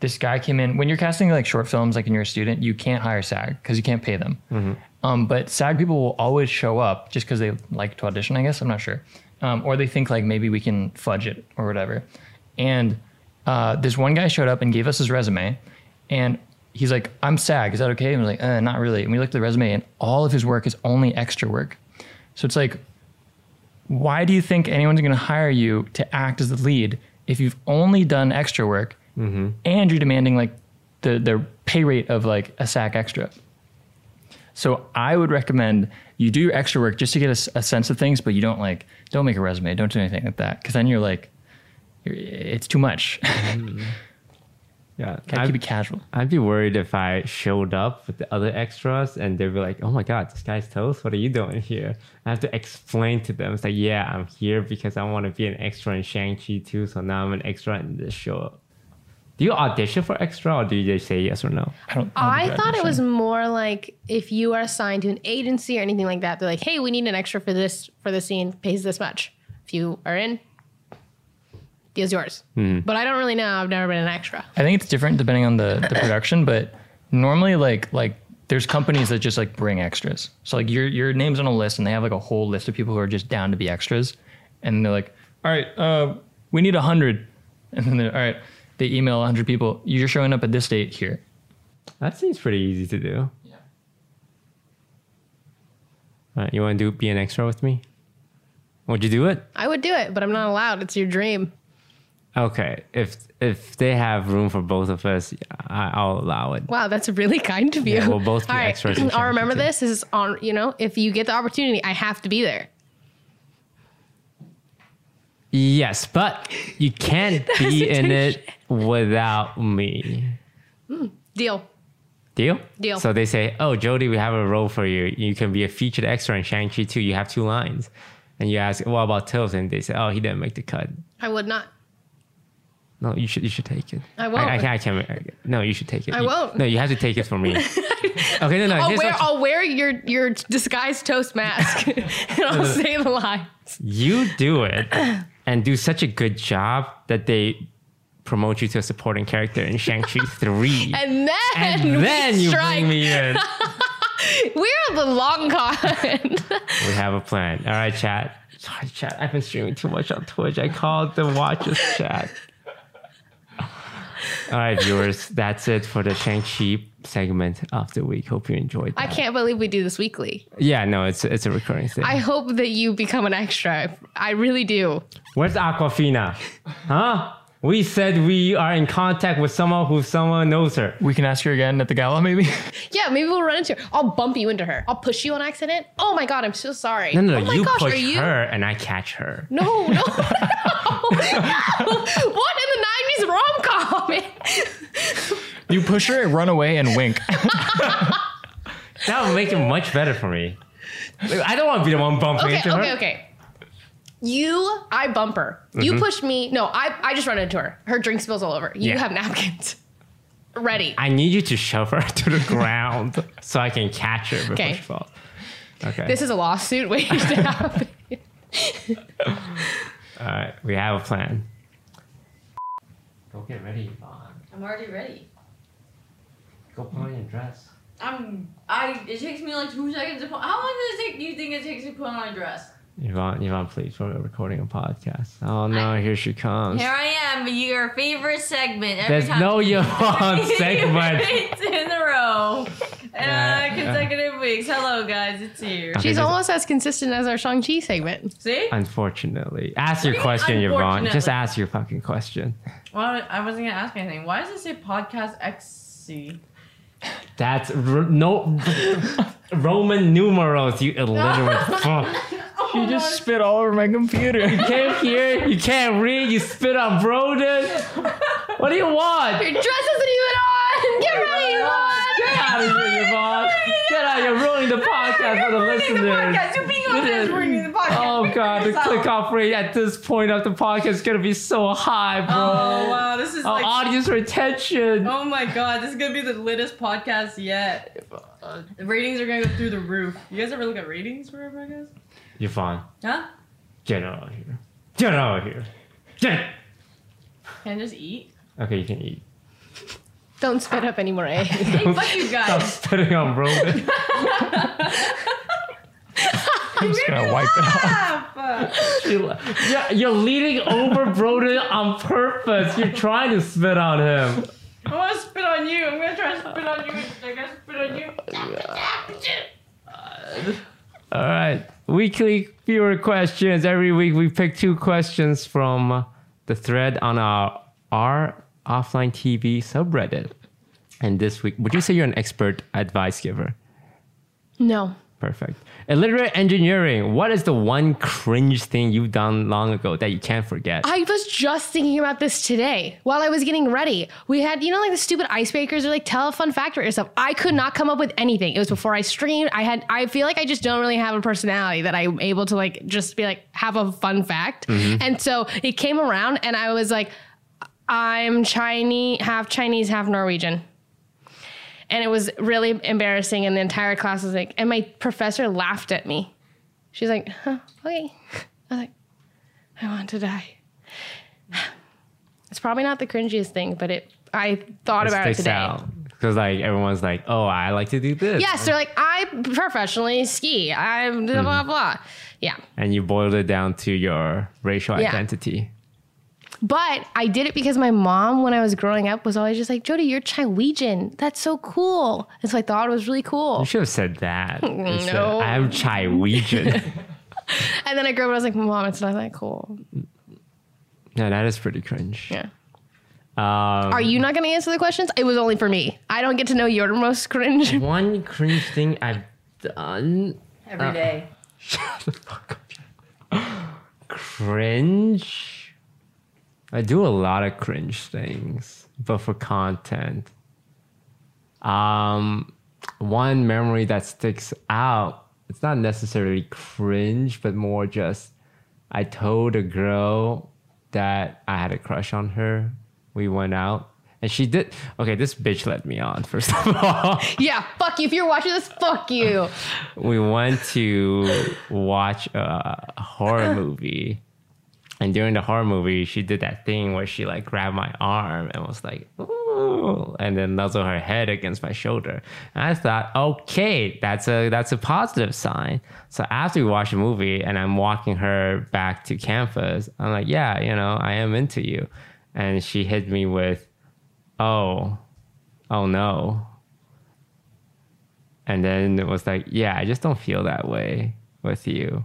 this guy came in. When you're casting like short films, like when you're a student, you can't hire SAG because you can't pay them. Um, but SAG people will always show up just because they like to audition. I guess I'm not sure, um, or they think like maybe we can fudge it or whatever. And uh, this one guy showed up and gave us his resume, and he's like, "I'm SAG. Is that okay?" And we're like, uh, "Not really." And we looked at the resume, and all of his work is only extra work. So it's like why do you think anyone's going to hire you to act as the lead if you've only done extra work and you're demanding like the the pay rate of like a sack extra? So I would recommend you do your extra work just to get a s- a, sense of things, but you don't like don't make a resume, don't do anything like that, because then you're like, you're, it's too much. Yeah, Gotta keep it casual. I'd be worried if I showed up with the other extras and they'd be like, "Oh my god, this guy's toast. What are you doing here?" I have to explain to them. It's like, "Yeah, I'm here because I want to be an extra in Shang Chi too. So now I'm an extra in this show." Do you audition for extra or do you just say yes or no? I don't. I don't thought it was understand. more like if you are assigned to an agency or anything like that, they're like, "Hey, we need an extra for this for the scene. Pays this much. If you are in, deal's yours." Mm-hmm. But I don't really know. I've never been an extra. I think it's different depending on the, the production, but normally like like there's companies that just like bring extras. So like your your name's on a list and they have like a whole list of people who are just down to be extras, and they're like, all right, uh, we need a hundred, and then they're all right, they email a hundred people. You're showing up at this date here. That seems pretty easy to do. Yeah. All right, you want to do be an extra with me? Would you do it? I would do it, but I'm not allowed. It's your dream. Okay, if if they have room for both of us, I, I'll allow it. Wow, that's really kind of you. Yeah, we'll both be extras in I'll remember Shang-Chi this. This is on. You know, if you get the opportunity, I have to be there. Yes, but you can't be in it without me. Deal. Deal? Deal. So they say, Oh, Jody, we have a role for you. You can be a featured extra in Shang-Chi too. You have two lines. And you ask, What about Tails? And they say, Oh, he didn't make the cut. I would not. No, you should you should take it. I won't. I, I can't, I can't I- no, you should take it. I You- won't. Oh, No, you have to take it for me. okay, no, no. I'll here's wear, what- I'll wear your your disguised toast mask, and I'll say the lie. you do it and do such a good job that they promote you to a supporting character in Shang-Chi 3. And then, And then we you strike. bring me in. We're the long con. We have a plan. All right, chat. Sorry, chat. I've been streaming too much on Twitch. I called the watchers chat. All right, viewers. That's it for the Shang-Chi segment of the week. Hope you enjoyed I that. can't believe we do this weekly. Yeah, no, it's it's a recurring thing. I hope that you become an extra. I really do. Where's Aquafina? Huh? We said we are in contact with someone who someone knows her. We can ask her again at the gala, maybe. Yeah, maybe we'll run into her. I'll bump you into her. I'll push you on accident. Oh my god, I'm so sorry. No, no, oh no. my you gosh, push are you? her and I catch her. No, no, no, no. What in the 90s rom com? you push her, run away, and wink. That would make it much better for me. I don't want to be the one bumping okay, into her. okay, okay. You, I bump her. You push me. No, I, I just run into her. Her drink spills all over. You Mm-hmm. Yeah. have napkins. Ready. I need you to shove her to the ground so I can catch her before Okay. she falls. Okay. this is a lawsuit waiting to happen. All right. We have a plan. Go get ready, Yvonne. I'm already ready. Go put on your dress. I'm. I. It takes me like two seconds to put. How long does it take? Do you think it takes to put on a dress? Yvonne, Yvonne, please, we're recording a podcast. Oh no, here she comes. Here I am, your favorite segment. Every There's time. no Yvonne segment. It's in a row. Uh, consecutive weeks. Hello, guys. It's here. She's Okay, there's- almost as consistent as our Shang-Chi segment. See? Unfortunately. Ask your Really? question, Yvonne. Just Unfortunately. ask your fucking question. Well, I wasn't gonna ask anything. Why does it say podcast XC? That's r- no Roman numerals, you illiterate fuck. you just spit all over my computer. Can't hear, you can't read, you spit on Broden. What do you want? Your dress isn't even on. Get ready, Get Yvonne. out of here, Yvonne. Get out, you're ruining the podcast for the listeners. You're being honest, we're the podcast. Oh god, the click off rate at this point of the podcast is gonna be so high, bro. Oh wow, this is Our like. audience retention. Oh my god, this is gonna be the littest podcast yet. The ratings are gonna go through the roof. You guys ever look at ratings for our podcast? You're fine. Huh? Get out of here. Get out of here. Get. Can I just eat? Okay, you can eat. Don't spit up any more eggs. Hey, fuck you Stop guys. spitting on Roman. I'm just gonna wipe it off. yeah, you're leaning over Broden on purpose. You're trying to spit on him. I want to spit on you. I'm gonna try to spit on you. I gotta spit on you. All right. Weekly viewer questions. Every week we pick two questions from the thread on our our offline TV subreddit. And this week, would you say you're an expert advice giver? no. Perfect. Illiterate engineering. What is the one cringe thing you've done long ago that you can't forget? I was just thinking about this today while I was getting ready. We had, you know, like the stupid icebreakers or like tell a fun fact or stuff. I could not come up with anything. It was before I streamed. I had, I feel like I just don't really have a personality that I'm able to like just be like, have a fun fact. And so it came around and I was like, I'm Chinese, half Chinese, half Norwegian. And it was really embarrassing. And the entire class was like, and my professor laughed at me. She's like, huh, okay. I was like, I want to die. It's probably not the cringiest thing, but it. I thought about it sticks today. out because like everyone's like, oh, I like to do this. Yes, they're like I professionally ski. I blah blah Mm-hmm. blah. Yeah, And you boiled it down to your racial Yeah. identity. but I did it because my mom, when I was growing up, was always just like, "Jody, you're Chiwegian. That's so cool." And so I thought it was really cool. You should have said that. Instead, No. I'm Chiwegian. And then I grew up and I was like, "Mom, it's not that cool." yeah, that is pretty cringe. Yeah. Um, Are you not going to answer the questions? It was only for me. I don't get to know your most cringe. one cringe thing I've done. Every day. Cringe. I do a lot of cringe things, but for content. Um, one memory that sticks out. It's not necessarily cringe, but more just I told a girl that I had a crush on her. We went out, and she did. Okay, this bitch let me on. First of all. yeah, fuck you. If you're watching this, fuck you. we went to watch a horror movie. And during the horror movie, she did that thing where she like grabbed my arm and was like, "Ooh," and then nuzzled her head against my shoulder. And I thought, okay, that's a that's a positive sign. So after we watched the movie, and I'm walking her back to campus, I'm like, yeah, you know, I am into you. And she hit me with, oh, oh no, and then it was like, yeah, I just don't feel that way with you.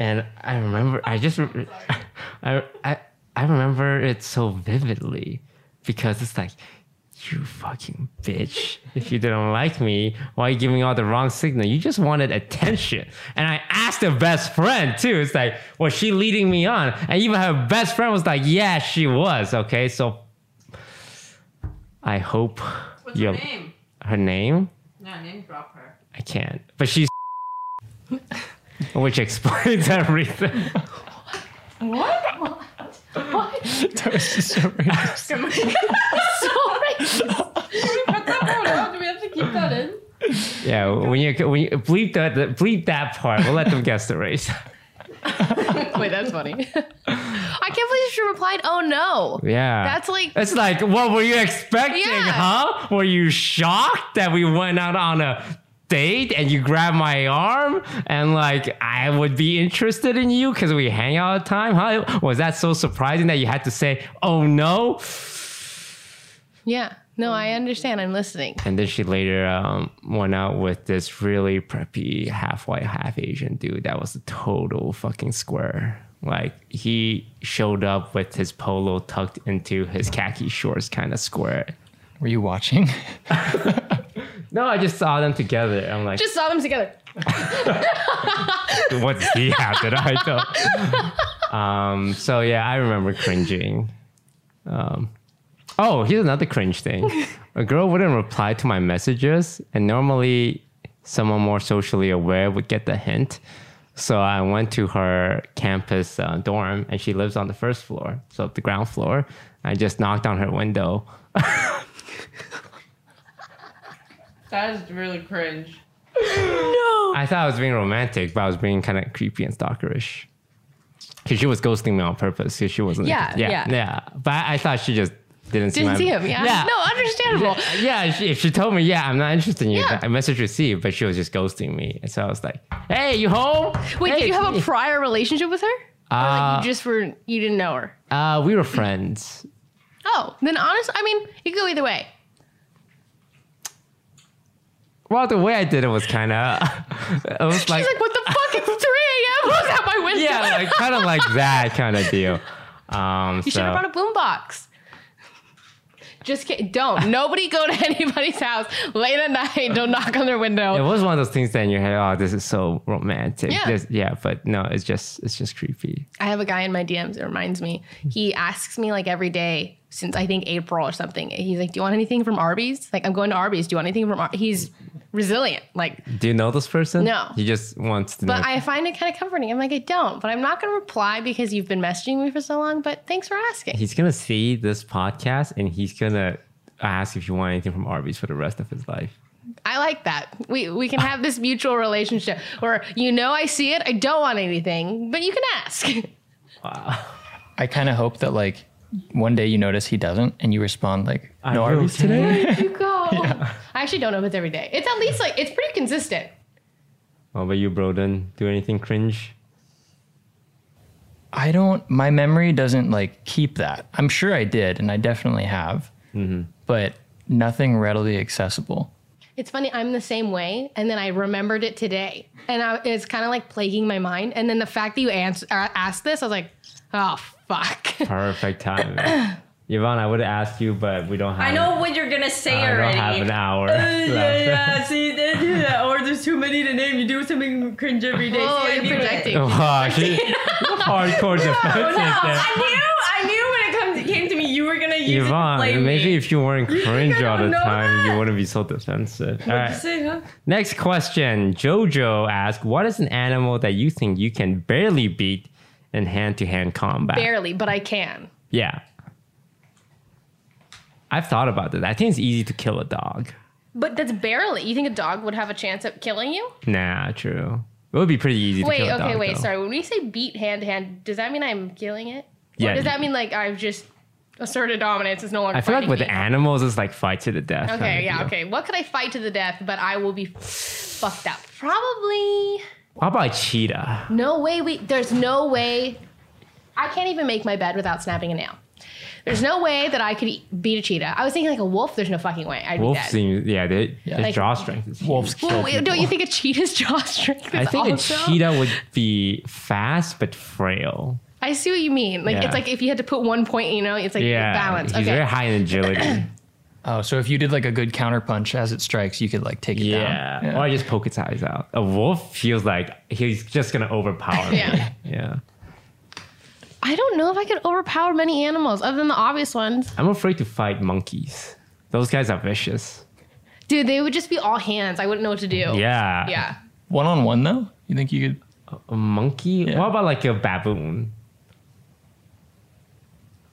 and I remember, I just, re- I, I, I remember it so vividly because it's like, you fucking bitch. If you didn't like me, why are you giving all the wrong signal? You just wanted attention. And I asked her best friend too. It's like, was she leading me on? And even her best friend was like, yeah, she was. Okay, so I hope What's you. name? Her name? No, name drop her. I can't. But she's which explains everything. That was just so racist. Do we have to keep that in? Yeah, when you when you bleep that bleep that part, we'll let them guess the race. Wait, that's funny. I can't believe she replied, "Oh no." Yeah. That's like- It's like, what were you expecting, Yeah. huh? Were you shocked that we went out on a date and you grabbed my arm and like I would be interested in you because we hang out all the time? Huh? Was that so surprising that you had to say, oh no? Yeah. No, I understand. I'm listening. And then she later um, went out with this really preppy half white, half Asian dude that was a total fucking square. Like he showed up with his polo tucked into his khaki shorts, kind of square. Were you watching? No, I just saw them together. I'm like, Just saw them together. what does he have that I don't? um, so yeah, I remember cringing. Um, oh, here's another cringe thing. A girl wouldn't reply to my messages, and normally someone more socially aware would get the hint. So I went to her campus uh, dorm, and she lives on the first floor, so the ground floor. I just knocked on her window. That is really cringe. I I thought I was being romantic, but I was being kind of creepy and stalkerish. Because she was ghosting me on purpose. Because she wasn't. Yeah, interested. yeah, yeah. But I, I thought she just didn't see Didn't my- see him. Yeah. yeah. No, understandable. Yeah, she, if she told me, yeah, I'm not interested in you, Yeah. I message received, but she was just ghosting me. And so I was like, hey, you home? Wait, hey, Uh, did you it's have a me." prior relationship with her? Or like you just were you didn't know her? uh, we were friends. Oh, then honest. I mean, you could go either way. Well, the way I did it was kind of, it was like, She's like, what the fuck? It's 3 a.m. Who's at my window? yeah, like, kind of like that kind of deal. Um, you should have brought a boombox. Just kidding. Don't. Nobody go to anybody's house late at night. Don't knock on their it window. was one of those things that in your head, oh, this is so romantic. Yeah. This- yeah, but no, it's just it's just creepy. I have a guy in my DMs. It reminds me. He asks me like every day since I think April or something. He's like, do you want anything from Arby's? Like, I'm going to Arby's. Do you want anything from Arby's? He's resilient. Like, Do you know this person? No. He just wants to But know. I find it kind of comforting. I'm like, I don't, but I'm not going to reply because you've been messaging me for so long. But thanks for asking. he's gonna see this podcast and he's gonna ask if you want anything from Arby's for the rest of his life. I like that. We we can have this mutual relationship where you know I see it. I don't want anything, but you can ask. I kind of hope that like one day you notice he doesn't and you respond like, no will Arby's today. you go. I actually don't know if it's every day. It's at least like it's pretty consistent. What about you, Broden? Do anything cringe? I don't, my memory doesn't like keep that. I'm sure I did and I definitely have, Mm-hmm. but nothing readily accessible. It's funny. I'm the same way, and then I remembered it today, and I, it's kind of like plaguing my mind. And then the fact that you ans- uh, asked this, I was like, oh fuck. Perfect time. Yvonne, I would ask you, but we don't have I know what you're gonna say I don't already. have an hour. yeah, left. yeah. See, they do that. or there's too many to name. You do something cringe every day. Oh, See, I you're knew it. projecting. Wow, she- hardcore defensive No, there. Oh, I knew, I knew when it comes, came to me, you were gonna use it to play Yvonne, maybe me. if you weren't think I cringe all don't the know time, that? you wouldn't be so defensive. All right. Say, huh? Next question. Jojo asks, what is an animal that you think you can barely beat in hand-to-hand combat? Barely, but I can. yeah. I've thought about this. I think it's easy to kill a dog. But that's barely. You think a dog would have a chance at killing you? Nah, true. It would be pretty easy to Wait, kill a dog. okay, wait, though. sorry. When we say beat hand to hand, does that mean I'm killing it? Yeah. Or does that mean like I've just asserted dominance is no longer I feel like fighting with me? animals, it's like fight to the death. kind of Okay, yeah, deal. okay. What could I fight to the death, but I will be fucked up? Probably. How about a cheetah? No way we there's no way I can't even make my bed without snapping a nail. There's no way that I could e- beat a cheetah. I was thinking like a wolf, there's no fucking way. I'd Wolf be dead. seems, yeah, they, their Like- jaw strength is Wolves well, kill wait, people. don't you think a cheetah's jaw strength is I think also- a cheetah would be fast but frail. I see what you mean. Like Yeah. it's like if you had to put one point, you know, it's like Yeah, balance. He's Okay. very high in agility. Oh, so if you did like a good counter punch as it strikes, you could like take it yeah. down. Yeah. or I just poke its eyes out. A wolf feels like he's just gonna overpower Yeah. me. Yeah, I don't know if I could overpower many animals other than the obvious ones. I'm afraid to fight monkeys. Those guys are vicious. Dude, they would just be all hands. I wouldn't know what to do. Yeah, Oh. Yeah. One on one though, you think you could? A monkey. Yeah. What about like a baboon?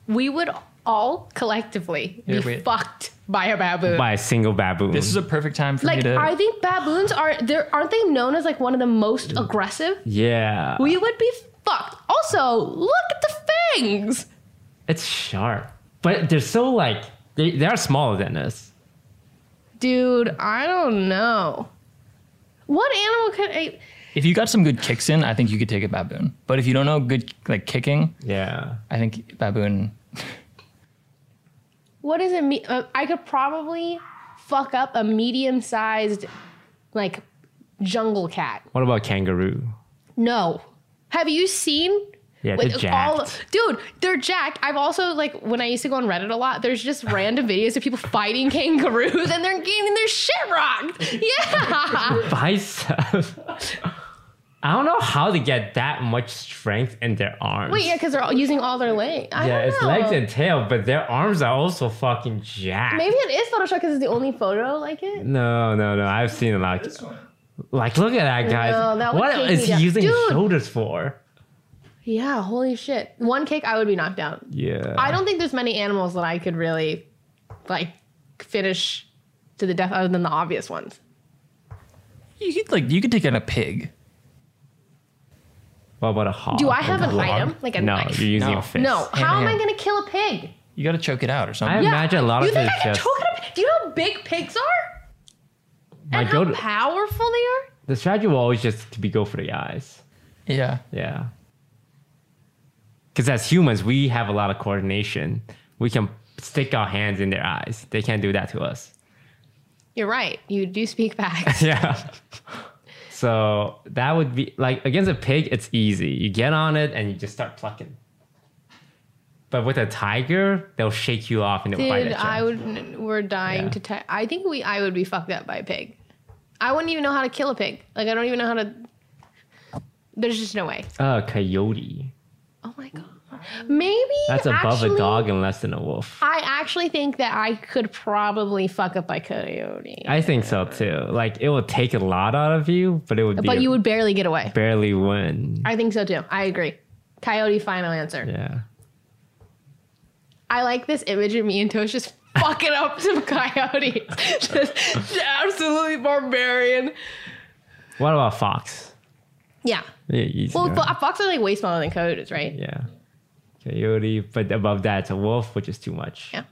We would all collectively Yeah, be wait. fucked by a baboon. By a single baboon. This is a perfect time for like me to. I think baboons are there aren't they known as like one of the most aggressive? yeah, We would be fucked. Also, look at the fangs. it's sharp, but they're so like they they are smaller than us. Dude, I don't know. What animal could I if you got some good kicks in, I think you could take a baboon. But if you don't know good like kicking, Yeah, I think baboon. what does it mean? Uh, I could probably fuck up a medium sized, like, jungle cat. What about kangaroo? No. Have you seen? Yeah, with they're jacked. dude, they're jacked. I've also like when I used to go on Reddit a lot. There's just random videos of people fighting kangaroos and they're getting their shit rocked. Yeah, bicep. I don't know how they get that much strength in their arms. wait, yeah, because they're all using all their legs. I yeah, don't it's know. legs and tail, but their arms are also fucking jacked. Maybe it is Photoshop because it's the only photo like it. No, no, no. I've seen a lot. Like, look at that, guys. No, that would what take is me he down. using his Dude. shoulders for? Yeah, holy shit! One kick, I would be knocked out. Yeah. I don't think there's many animals that I could really like finish to the death other than the obvious ones. You could like you could take in a pig. What about a hog? Do I have Like a an log? item? Like a no, knife? you're using No. a fist. No, Yeah, how am yeah. I going to kill a pig? You got to choke it out or something. I imagine a lot you of think it I can just choke it up? Do you know how big pigs are? my and go. how To, powerful they are? the strategy will always just to be go for the eyes. yeah. Yeah. Because as humans, we have a lot of coordination. We can stick our hands in their eyes. They can't do that to us. You're right. You do speak facts. Yeah. so that would be like against a pig, it's easy. You get on it and you just start plucking. But with a tiger, they'll shake you off and they'll bite Dude, at you. I would. We're dying Yeah. to. Te- I think we. I would be fucked up by a pig. I wouldn't even know how to kill a pig. Like I don't even know how to. There's just no way. a coyote. Oh my god. Maybe That's above actually- a dog and less than a wolf. I actually think that I could probably fuck up by coyote, I think so too. Like it would take a lot out of you, but it would be but a- you would barely get away. barely win. I think so too. I agree. Coyote, final answer. Yeah. I like this image of me and Tosh just fucking up some coyotes. just absolutely barbarian. What about fox? Yeah. Yeah, easy, Well, right? fo- foxes are like way smaller than coyotes, right? yeah. Coyote, but above that, it's a wolf, which is too much. Yeah.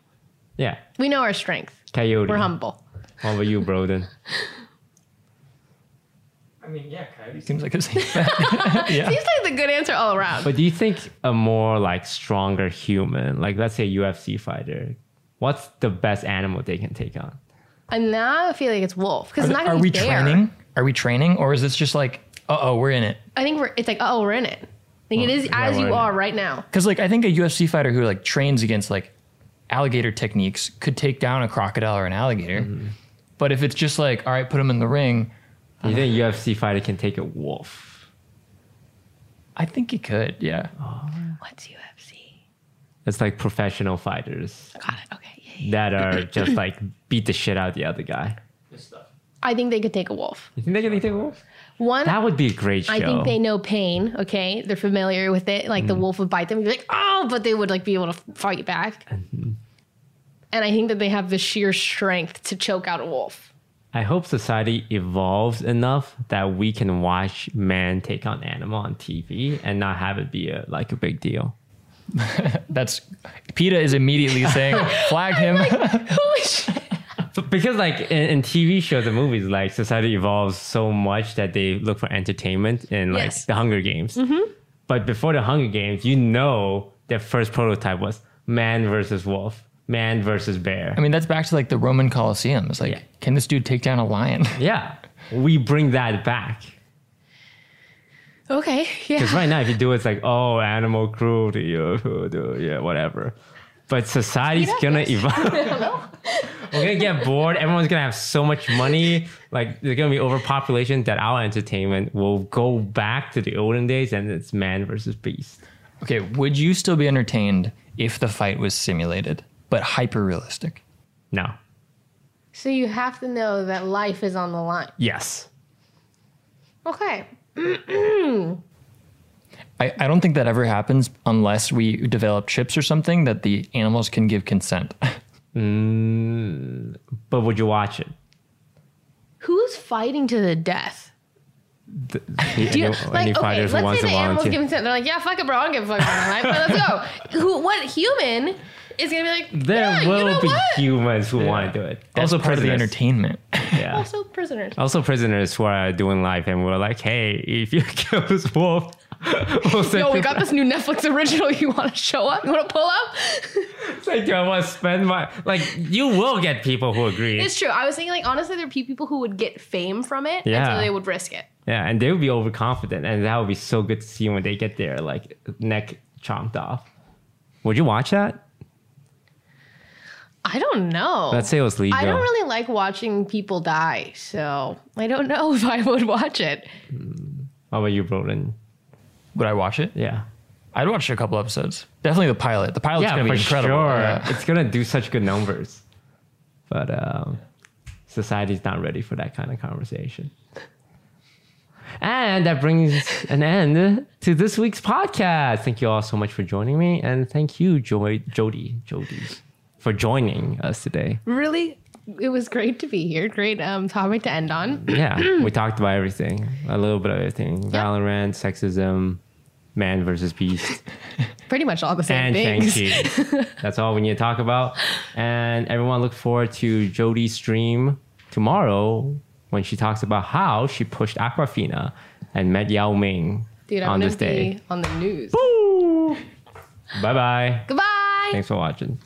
Yeah. We know our strength. Coyote. We're humble. What about you, Broden? I mean, yeah, coyote seems like a safe bet. yeah. Seems like the good answer all around. But do you think a more like stronger human, like let's say UFC fighter, what's the best animal they can take on? And now I feel like it's wolf because Are, it's th- are not gonna we be bear. training? Are we training, or is this just like, uh oh, we're in it? I think we're. It's like oh, we're in it. Like it is Oh, yeah, as we're in you it. are right now. Because like I think a UFC fighter who like trains against like alligator techniques could take down a crocodile or an alligator. Mm-hmm. But if it's just like, all right, put him in the ring, Do you think UFC fighter can take a wolf? I think he could. Yeah. What's UFC? It's like professional fighters Got it. Okay. Yeah, yeah. that are just like beat the shit out of the other guy. I think they could take a wolf. You think they can take a wolf? One. That would be a great show. Mm. I think they know pain. Okay, they're familiar with it. Like the wolf would bite them, and be like, "Oh," but they would like be able to fight back. Mm-hmm. And I think that they have the sheer strength to choke out a wolf. I hope society evolves enough that we can watch man take on animal on TV and not have it be a, like a big deal. That's PETA is immediately saying, flag him. Holy shit! But because like in, in TV shows and movies, like society evolves so much that they look for entertainment in like Yes. the Hunger Games. But before the Hunger Games, you know the first prototype was man versus wolf, man versus bear. I mean, that's back to like the Roman Colosseum. It's like, Yeah. can this dude take down a lion? yeah, we bring that back. Okay, yeah. Because right now, if you do it, it's like, oh, animal cruelty, uh, uh, yeah, whatever. But society's You're gonna not evolve. We're gonna get bored. Everyone's gonna have so much money. Like there's gonna be overpopulation that our entertainment will go back to the olden days, and it's man versus beast. okay. Would you still be entertained if the fight was simulated, but hyper realistic? No. So you have to know that life is on the line. Yes. Okay. I, I don't think that ever happens unless we develop chips or something that the animals can give consent. But would you watch it? Who's fighting to the death? Do any, you, like, any okay, fighters who let's wants say to the animals volunteer? give consent. They're like, yeah, fuck it, bro. I don't give a fuck about my life, but let's go. Who, what human is going to be like, there yeah, will you know be what? humans who want to do it. That's also part of the prisoners. entertainment. Yeah. Also prisoners. Also, prisoners who are doing life and we're like, hey, if you kill this wolf, we'll send Yo, we you got this new Netflix original. You want to show up? You want to pull up? It's like, do I want to spend my. Like, you will get people who agree. It's true. I was thinking, like, honestly, there are people who would get fame from it, and Yeah. so they would risk it. yeah, and they would be overconfident. And that would be so good to see when they get their, like, neck chomped off. Would you watch that? I don't know. Let's say it was legal. Oh, I don't really like watching people die, so I don't know if I would watch it. How about you, Broden? Would I watch it? Yeah. I'd watch a couple episodes. Definitely the pilot. The pilot's yeah, Oh, gonna be for incredible. sure. Yeah. It's going to do such good numbers. But um, society's not ready for that kind of conversation. And that brings an end to this week's podcast. Thank you all so much for joining me. And thank you, Joy, Jody, Jody, for joining us today. Really it was great to be here. Great um, topic to end on. yeah, we talked about everything, a little bit of everything. Valorant, sexism, man versus beast, Pretty much all the same and things. Shang-Chi. That's all we need to talk about. And everyone look forward to Jodie's stream tomorrow when she talks about how she pushed Aquafina and met Yao Ming Dude, I'm on gonna this day. be on the news. Bye bye. Goodbye. Thanks for watching.